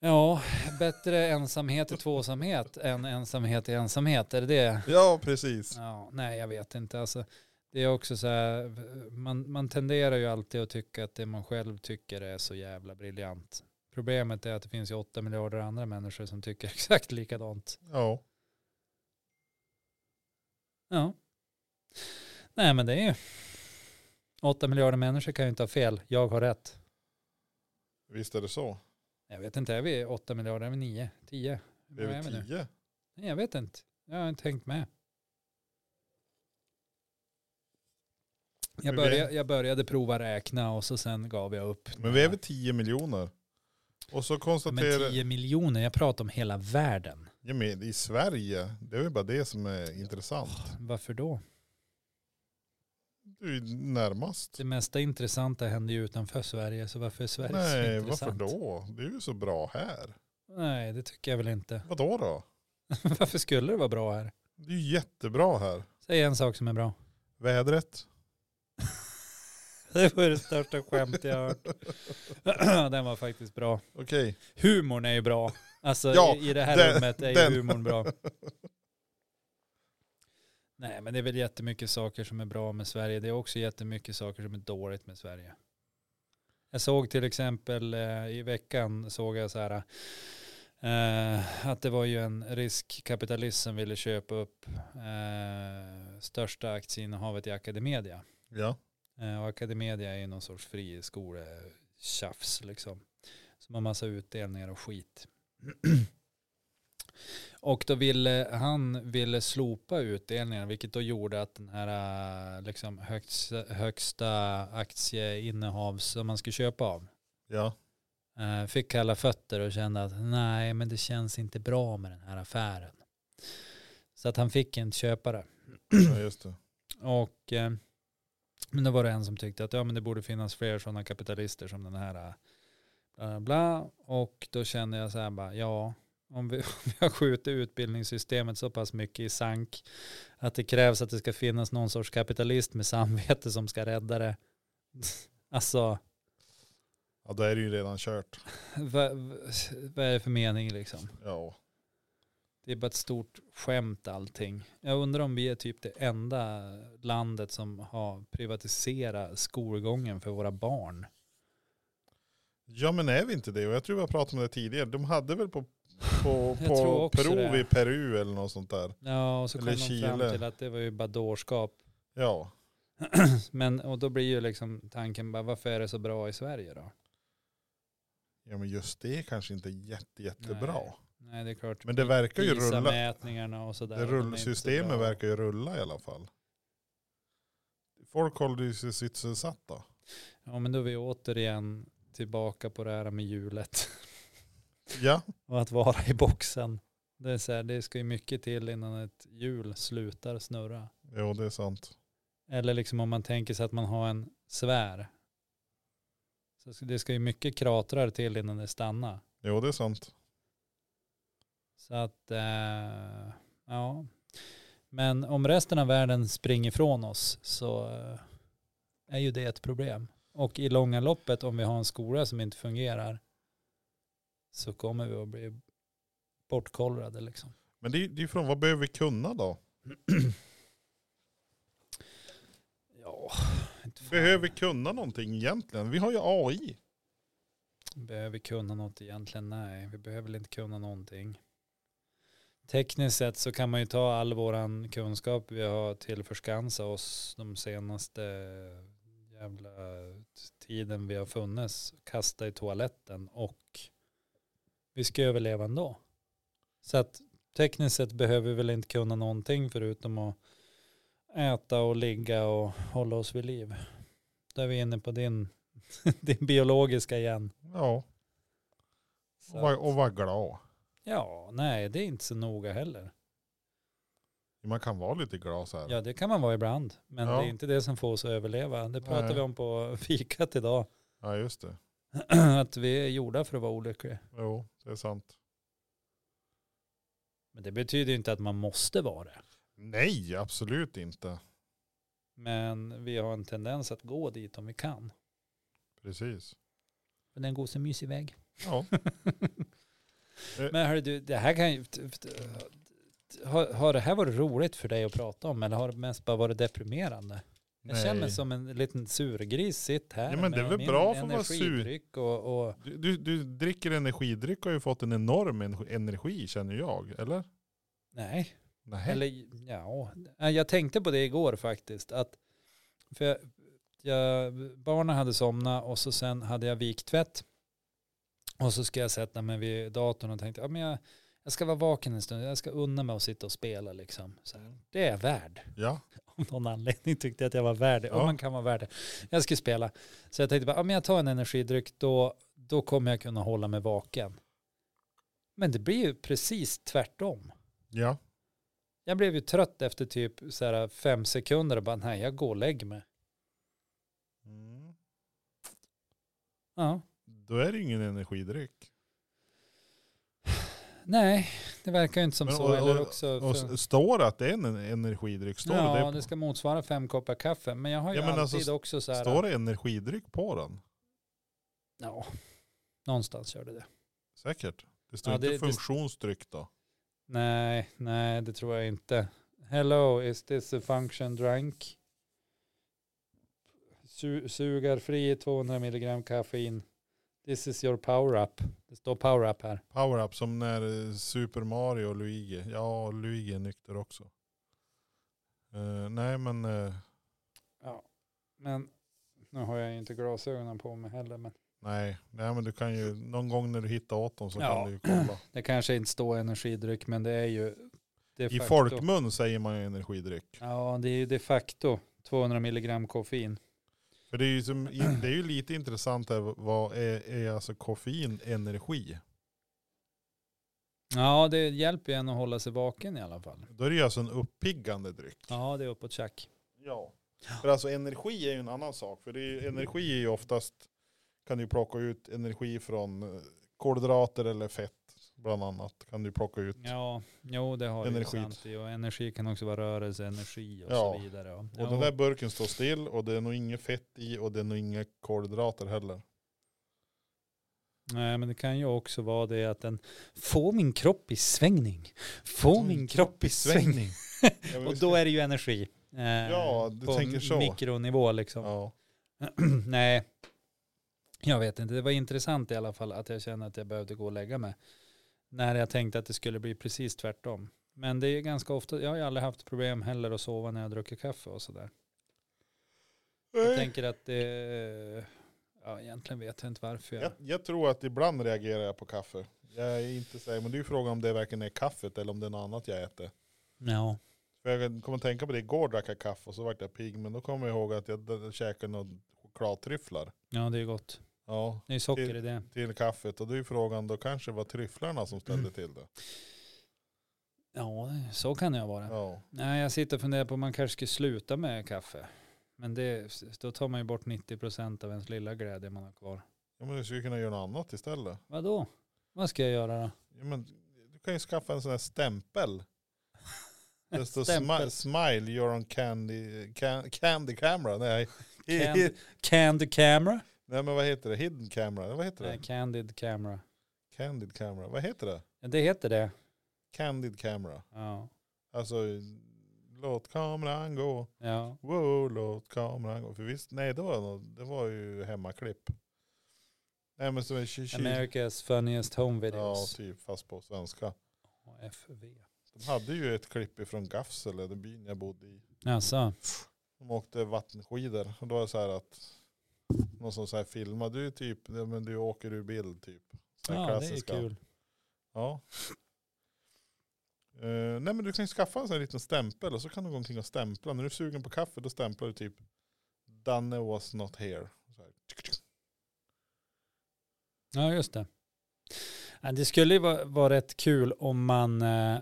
S2: Ja, bättre ensamhet i tvåsamhet än ensamhet i ensamhet. Är det det?
S1: Ja, precis.
S2: Ja, nej, jag vet inte. Alltså, det är också så här, man, man tenderar ju alltid att tycka att det man själv tycker är så jävla briljant. Problemet är att det finns ju åtta miljarder andra människor som tycker exakt likadant.
S1: Ja.
S2: Ja. Nej, men det är ju... Åtta miljarder människor kan ju inte ha fel. Jag har rätt.
S1: Visst är det så.
S2: Jag vet inte, är vi åtta miljarder? Är vi nio? Tio?
S1: Det är
S2: Vad
S1: väl
S2: vi nu?
S1: tio?
S2: Nej, jag vet inte. Jag har inte hängt med. Jag
S1: Men vi-
S2: började, jag började prova räkna och så sen gav jag upp.
S1: Men vi är väl tio miljoner. Och så konstaterar...
S2: Men 10 miljoner, jag pratar om hela världen.
S1: Ja, men i Sverige, det är väl bara det som är intressant.
S2: Varför då?
S1: Du är närmast.
S2: Det mesta intressanta händer ju utanför Sverige, så varför är Sverige så
S1: Nej, varför
S2: intressant?
S1: då? Det är ju så bra här.
S2: Nej, det tycker jag väl inte.
S1: Vadå då?
S2: varför skulle det vara bra här?
S1: Det är ju jättebra här.
S2: Säg en sak som är bra.
S1: Vädret.
S2: Det var det största skämt jag har hört. Den var faktiskt bra.
S1: Okej.
S2: Humorn är ju bra. Alltså
S1: Ja,
S2: i, i det här
S1: den-
S2: rummet är
S1: den.
S2: ju humorn bra. Nej men det är väl jättemycket saker som är bra med Sverige. Det är också jättemycket saker som är dåligt med Sverige. Jag såg till exempel eh, i veckan såg jag så här eh, att det var ju en riskkapitalist som ville köpa upp eh, största aktieinnehavet i Academedia.
S1: Ja.
S2: Eh, Och Academedia är ju någon sorts friskoletjafs liksom. Som har massa utdelningar och skit. och då ville han ville slopa utdelningarna vilket då gjorde att den här eh, liksom, högst, högsta aktieinnehav som man skulle köpa av
S1: Ja.
S2: eh, fick kalla fötter och kände att nej men det känns inte bra med den här affären. Så att han fick inte köpa det.
S1: ja, just det.
S2: Och eh, men då var det en som tyckte att ja, men det borde finnas fler sådana kapitalister som den här. eh, Bla, bla, bla. Och då kände jag så här bara, ja, om vi, om vi har skjutit utbildningssystemet så pass mycket i sank att det krävs att det ska finnas någon sorts kapitalist med samvete som ska rädda det. Alltså,
S1: Ja, då är det ju redan kört.
S2: vad, vad är det för mening liksom?
S1: Ja.
S2: Det är bara ett stort skämt allting. Jag undrar om vi är typ det enda landet som har privatiserat skolgången för våra barn.
S1: Ja, men är vi inte det? Och jag tror vi har pratat om det tidigare. De hade väl på, på,
S2: Jag tror
S1: på
S2: också
S1: prov
S2: det.
S1: i Peru eller något sånt där.
S2: Ja, och så kom
S1: Eller
S2: de fram
S1: Chile.
S2: till att det var ju bara dårskap.
S1: Ja.
S2: Men, och då blir ju liksom tanken bara, varför är det så bra i Sverige då?
S1: Ja, men just det kanske inte är jätte, jättebra.
S2: Nej. Nej, det är klart.
S1: Men det verkar ju rulla.
S2: mätningarna och sådär.
S1: Det
S2: de är
S1: rull,
S2: inte så
S1: systemet
S2: bra.
S1: verkar ju rulla i alla fall. Folk håller ju sig sysselsatta.
S2: Ja, men då är vi återigen tillbaka på det här med hjulet.
S1: Ja,
S2: Och att vara i boxen. Det, är så här, det ska ju mycket till innan ett hjul slutar snurra.
S1: jo det är sant.
S2: Eller liksom om man tänker sig att man har en sfär. Så ska- det ska ju mycket kratrar till innan det stannar.
S1: Jo det är sant.
S2: Så att, eh, ja. Men om resten av världen springer ifrån oss så eh, är ju det ett problem. Och i långa loppet om vi har en skola som inte fungerar så kommer vi att bli bortkollrade liksom.
S1: Men det, är- det är från, vad behöver vi kunna då?
S2: Ja, inte fan.
S1: Behöver vi kunna någonting egentligen? Vi har ju AI.
S2: Behöver vi kunna något egentligen? Nej, vi behöver väl inte kunna någonting. Tekniskt sett så kan man ju ta all våran kunskap vi har tillförskansat oss de senaste jävla tiden vi har funnits, kasta i toaletten och vi ska överleva ändå. Så att tekniskt sett behöver vi väl inte kunna någonting förutom att äta och ligga och hålla oss vid liv. Då är vi inne på din, din biologiska igen.
S1: Ja,
S2: Så
S1: och, va-
S2: att-
S1: och vara glad.
S2: Ja, nej det är inte så noga heller.
S1: Man kan vara lite glad så här.
S2: Ja, det kan man vara ibland. Men
S1: Ja.
S2: det är inte det som får oss att överleva. Det pratade
S1: Nej.
S2: vi om på fikat idag.
S1: Ja just det.
S2: att vi är gjorda för att vara olyckliga.
S1: Jo, det är sant.
S2: Men det betyder ju inte att man måste vara det.
S1: Nej, absolut inte.
S2: Men vi har en tendens att gå dit om vi kan.
S1: Precis.
S2: Men den går så mysig väg.
S1: Ja,
S2: Men hörru du, det här kan ju... t- t- Har, har det här varit roligt för dig att prata om eller har det mest bara varit deprimerande? Jag
S1: Nej.
S2: känner mig som en liten surgris sitt här
S1: Ja, men det är
S2: med
S1: väl
S2: min
S1: bra för att vara sur.
S2: energidryck och, och
S1: du, du, du dricker energidryck och har ju fått en enorm en- energi känner jag, eller?
S2: nej,
S1: Nej.
S2: Eller ja, Nej, jag tänkte på det igår faktiskt. Att, för jag, jag, barnen hade somnat och så sen hade jag viktvätt. Och så ska jag sätta mig vid datorn och tänkte, ja, men jag, jag ska vara vaken en stund, jag ska unna mig att sitta och spela liksom. Så här. Det är jag värd.
S1: Ja,
S2: Av någon anledning tyckte jag att jag var värd det.
S1: Ja.
S2: Och man kan vara värd det. Jag ska spela. Så jag tänkte, bara, ja, men jag tar en energidryck, då, då kommer jag kunna hålla mig vaken. Men det blir ju precis tvärtom.
S1: ja,
S2: Jag blev ju trött efter typ så här fem sekunder och bara nej jag går och lägger mig.
S1: Mm.
S2: Ja.
S1: Då är det ju ingen energidryck.
S2: Nej, det verkar ju inte som
S1: Men
S2: så.
S1: och-
S2: eller också
S1: Och
S2: för,
S1: s- står det att det är en energidryck? Står,
S2: ja,
S1: det,
S2: det,
S1: på-
S2: ska motsvara fem koppar kaffe. Men jag har ju
S1: Ja, men
S2: alltid
S1: alltså,
S2: också så här.
S1: står det energidryck på den?
S2: Ja, någonstans gör det det.
S1: Säkert. Det står
S2: Ja,
S1: inte
S2: det- det-
S1: funktionsdryck då.
S2: Nej, nej det tror jag inte. Hello, is this a function drink? Su sugarfri 200 milligram koffein. This is your power up. Det står power up här.
S1: Power-up som när eh, Super Mario och Luigi. Ja, Luigi är nykter också. Eh, nej men, eh,
S2: Ja, men nu har jag ju inte glasögonen på mig heller. Men
S1: nej. nej men du kan ju, någon gång när du hittar åt dem så
S2: Ja.
S1: kan du ju kolla.
S2: det kanske inte står energidryck, men det är ju de
S1: I
S2: facto-
S1: folkmun säger man ju energidryck.
S2: Ja, det är ju de facto 200 milligram koffein.
S1: För det är ju, som, i- det är ju lite intressant här, vad är, är alltså koffein energi?
S2: Ja, det hjälper ju en att hålla sig vaken i alla fall.
S1: Då är det ju alltså en uppiggande dryck.
S2: Ja, det är uppåt tjack.
S1: Ja. För alltså energi är ju en annan sak. För det är, ju- energi är ju oftast, kan du ju plocka ut energi från eh, kolhydrater eller fett bland annat. Kan du plocka ut.
S2: Ja, jo det har
S1: Energi.
S2: Energi. ju sant i. Och energi kan också vara rörelseenergi och
S1: Ja,
S2: så vidare. Och,
S1: Och den där burken står still och det är nog inget fett i och det är nog inga kolhydrater heller.
S2: Nej, men det kan ju också vara det att den får min kropp i svängning. Får min kropp i svängning.
S1: Ja, men
S2: Och
S1: vi
S2: då
S1: ska-
S2: är det ju energi. Eh,
S1: Ja, du
S2: på
S1: tänker så.
S2: mikronivå liksom.
S1: Ja.
S2: Nej, jag vet inte. Det var intressant i alla fall att jag kände att jag behövde gå och lägga mig. När jag tänkte att det skulle bli precis tvärtom. Men det är ganska ofta, jag har ju aldrig haft problem heller att sova när jag dricker kaffe och sådär. Jag tänker att det, ja egentligen vet jag inte varför jag,
S1: Jag, jag tror att ibland reagerar jag på kaffe. Jag är inte säker, men det är ju frågan om det verkligen är kaffet eller om det är något annat jag äter.
S2: ja.
S1: För jag kommer att tänka på det, igår drack jag kaffe och så vart jag pigg, men då kommer jag ihåg att jag d- käkade några chokladtryfflar.
S2: ja det är gott.
S1: Ja,
S2: Det är socker i det.
S1: till kaffet. Och då är ju frågan, då kanske det var tryfflarna som ställde
S2: Mm.
S1: till det.
S2: Ja, så kan jag vara.
S1: Ja,
S2: Nej, jag sitter och funderar på om man kanske ska sluta med kaffe. Men det, då tar man ju bort 90% av ens lilla glädje man har kvar.
S1: ja men du skulle kunna göra något annat istället.
S2: Vadå? Vad ska jag göra då?
S1: Ja, men du kan ju skaffa en sån här stämpel. Det står smi-
S2: Stämpel.
S1: smile you're on candy, can, candy camera. Nej.
S2: Candy. Candy camera?
S1: Nej men vad heter det? Hidden camera? Vad heter det?
S2: Nej, candid camera.
S1: Candid camera. Vad heter det?
S2: Ja, Det heter det.
S1: Candid camera.
S2: Ja.
S1: Alltså låt kameran gå.
S2: ja.
S1: Wow, låt kameran gå. För visst, nej det var, något, det var ju hemmaklipp. Nej men som är ky- ky-
S2: America's funniest home
S1: Ja,
S2: videos.
S1: typ fast på svenska.
S2: AFV.
S1: De hade ju ett klipp ifrån Gafsele, den byn jag bodde i.
S2: Alltså,
S1: De åkte vattenskidor. Och då var det så här att någon som så här filmade, du är typ, ja, men du åker ur bild typ. Så här
S2: ja det är
S1: klassiska.
S2: kul.
S1: Ja. Eh, nej men du kan ju skaffa en sån här liten stämpel och så kan du gå omkring och stämpla. När du är sugen på kaffe då stämplar du typ Danne was not here. Så här. tsk, tsk.
S2: Ja, just det. Ja, Det skulle ju vara, vara rätt kul om man eh,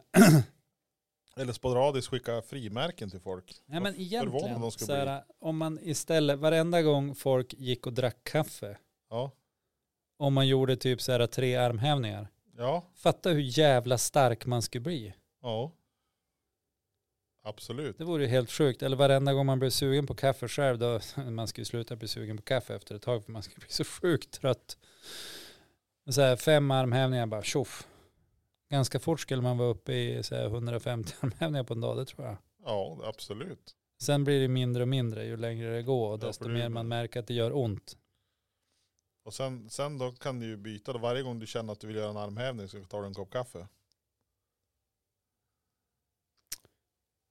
S1: Eller sporadiskt skicka frimärken till folk.
S2: Nej men egentligen,
S1: förvånad de skulle
S2: så här, om man istället, varenda gång folk gick och drack kaffe,
S1: Ja,
S2: om man gjorde typ så här tre armhävningar,
S1: ja,
S2: fatta hur jävla stark man skulle bli.
S1: ja. Absolut.
S2: Det vore ju helt sjukt. Eller varenda gång man blev sugen på kaffe själv, då man skulle sluta bli sugen på kaffe efter ett tag, för man skulle bli så sjukt trött. Så här, fem armhävningar bara tjoff. Ganska fort skulle man vara uppe i så här, 150 armhävningar på en dag, det tror jag.
S1: Ja, absolut.
S2: Sen blir det mindre och mindre ju längre det går och
S1: Ja,
S2: desto
S1: för det-
S2: mer man märker att det gör ont.
S1: Och sen, sen då kan du ju byta. Då. Varje gång du känner att du vill göra en armhävning så tar du en kopp kaffe.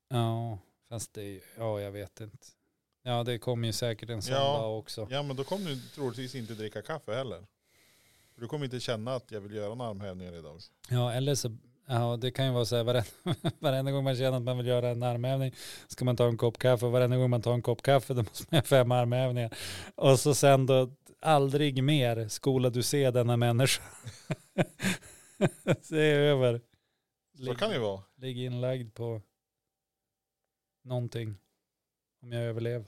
S2: Ja, fast det är, ja jag vet inte. Ja, det kommer ju säkert en sån
S1: Ja.
S2: dag också.
S1: Ja men då kommer du troligtvis inte dricka kaffe heller. För Du kommer inte känna att jag vill göra en armhävning idag.
S2: Ja, eller så, ja det kan ju vara så här, varenda, varenda gång man känner att man vill göra en armhävning ska man ta en kopp kaffe och varenda gång man tar en kopp kaffe då måste man göra fem armhävningar. Och så sen då, aldrig mer skola du se denna människa. det är över.
S1: Så kan det ju vara.
S2: Ligg inlagd på någonting. Om jag överlev.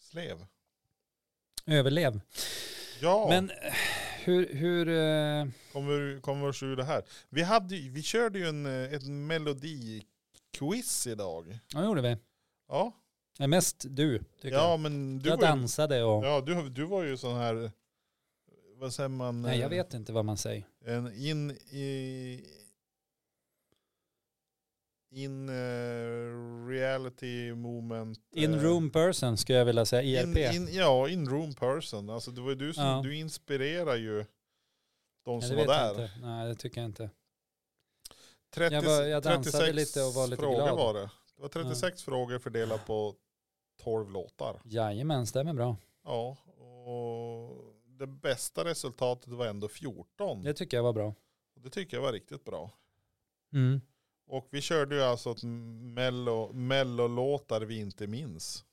S1: Slev.
S2: Överlev.
S1: Ja,
S2: Men eh, hur, hur, eh,
S1: kommer, kommer oss ur det här. Vi, hade, ju- vi körde ju en, eh, ett melodiquiz idag.
S2: ja gjorde vi.
S1: Ja,
S2: Nej, mest du, tycker
S1: ja
S2: jag.
S1: men du
S2: Jag
S1: var ju,
S2: dansade och,
S1: ja, du, du var ju sån här, vad säger man?
S2: nej jag
S1: eh,
S2: vet inte vad man säger.
S1: En in i... In eh, reality moment.
S2: In
S1: eh,
S2: room person skulle jag vilja säga, E IRP.
S1: In, in, ja, in room person. Alltså det var ju du som,
S2: Ja.
S1: du inspirerar ju de
S2: Nej,
S1: som
S2: det
S1: var
S2: vet
S1: där.
S2: jag inte. Nej det tycker jag inte.
S1: 30,
S2: Jag var- jag dansade lite och var lite
S1: frågor
S2: glad.
S1: var det. Det var 36 frågor fördelat på 12 låtar.
S2: Jajamän, stämmer
S1: Mm.
S2: bra.
S1: Ja, och det bästa resultatet var ändå 14.
S2: Det tycker jag var bra.
S1: Det tycker jag var riktigt bra.
S2: Mm.
S1: Och vi körde ju alltså ett mello, mellolåtar vi inte minns.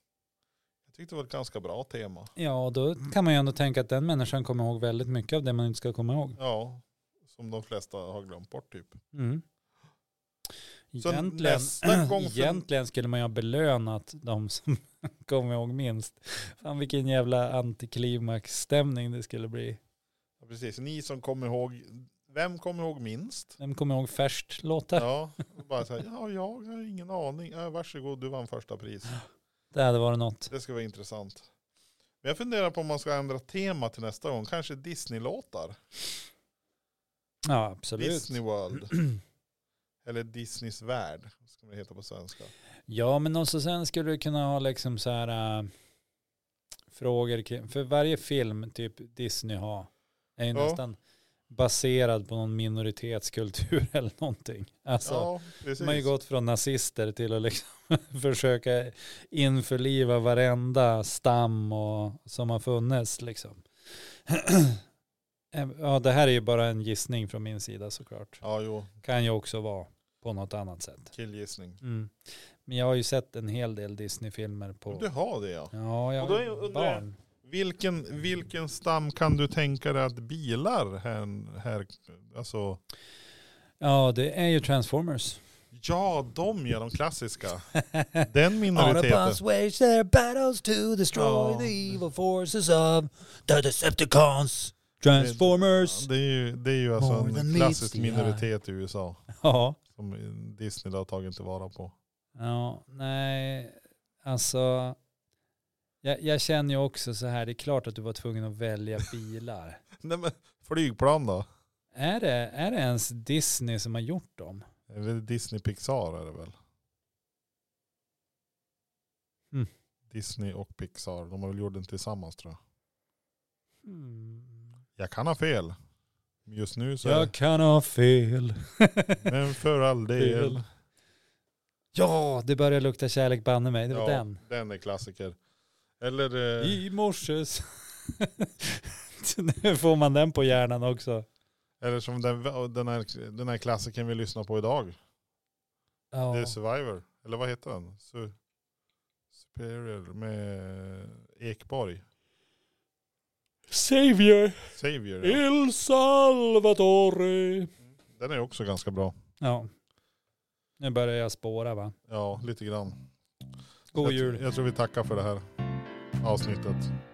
S1: Jag tyckte det var ett ganska bra tema.
S2: Ja, då kan man ju ändå tänka att den människan kommer ihåg väldigt mycket av det man inte ska komma ihåg.
S1: Ja, som de flesta har glömt bort typ.
S2: Mm.
S1: Så
S2: Egentligen,
S1: nästa gång för-
S2: egentligen skulle man ju ha belönat de som kom ihåg minst. Fan vilken jävla antiklimaxstämning det skulle bli.
S1: Ja, precis, ni som kommer ihåg, vem kommer ihåg minst?
S2: Vem kommer ihåg färskt låtar?
S1: Ja, och bara så här, ja, jag har ingen aning. Ja, varsågod, du vann första pris.
S2: Det hade varit något.
S1: Det ska vara intressant. Men jag funderar på om man ska ändra tema till nästa gång. Kanske Disney-låtar.
S2: Ja, absolut.
S1: Disney World. Eller Disneys värld, ska man heta på svenska.
S2: Ja, men också sen skulle du kunna ha liksom så här äh, frågor kring, för varje film typ Disney har är ju
S1: Ja.
S2: nästan baserad på någon minoritetskultur eller någonting. Alltså,
S1: Ja,
S2: De har ju
S1: precis.
S2: gått från nazister till att liksom försöka införliva varenda stam och, som har funnits. Liksom. Äh, ja, det här är ju bara en gissning från min sida såklart.
S1: Ja, jo,
S2: Kan ju också vara på något annat sätt.
S1: killgissning.
S2: Mm. Men jag har ju sett en hel del Disney-filmer
S1: Du
S2: på...
S1: har det ja.
S2: Ja, jag
S1: Och då
S2: har
S1: är-
S2: ju
S1: undrar jag-
S2: barn.
S1: Vilken, vilken stam kan du tänka dig att bilar här, här alltså,
S2: Ja, det är ju Transformers.
S1: ja de är de klassiska. Den
S2: All
S1: minoriteten.
S2: upons wage their battles to destroy
S1: Ja.
S2: the evil forces of the Decepticons. Transformers.
S1: Det är ju, det är ju alltså
S2: More than
S1: en
S2: meets
S1: klassisk
S2: the
S1: minoritet i USA
S2: Ja.
S1: som Disney har tagit tillvara på.
S2: Ja, nej, alltså. Jag, jag känner ju också så här, det är klart att du var tvungen att välja bilar.
S1: Nej, men, flygplan då?
S2: är, det, är det ens Disney som har gjort dem?
S1: Är det Disney Pixar är det väl?
S2: Mm.
S1: Disney och Pixar, de har väl gjort den tillsammans tror jag. Mm.
S2: Hmm.
S1: Jag kan ha fel. Men Just nu så är
S2: Jag kan ha fel.
S1: det. Men för all del.
S2: Fel. ja, det börjar lukta kärlek banne mig, det var
S1: ja,
S2: den.
S1: Den är klassiker. Eller... eh,
S2: I morse. så- nu får man den på hjärnan också.
S1: Eller som den, den, här, den här klassiken vi lyssnar på idag.
S2: Ja.
S1: Det är Survivor. Eller vad heter den? Su Superior med Ekborg.
S2: Savior
S1: Savior. Ja.
S2: El Salvatore.
S1: Den är också ganska bra.
S2: Ja. Nu börjar jag spåra va.
S1: Ja, lite grann.
S2: God
S1: jag,
S2: jul.
S1: Jag tror vi tackar för det här avsnittet.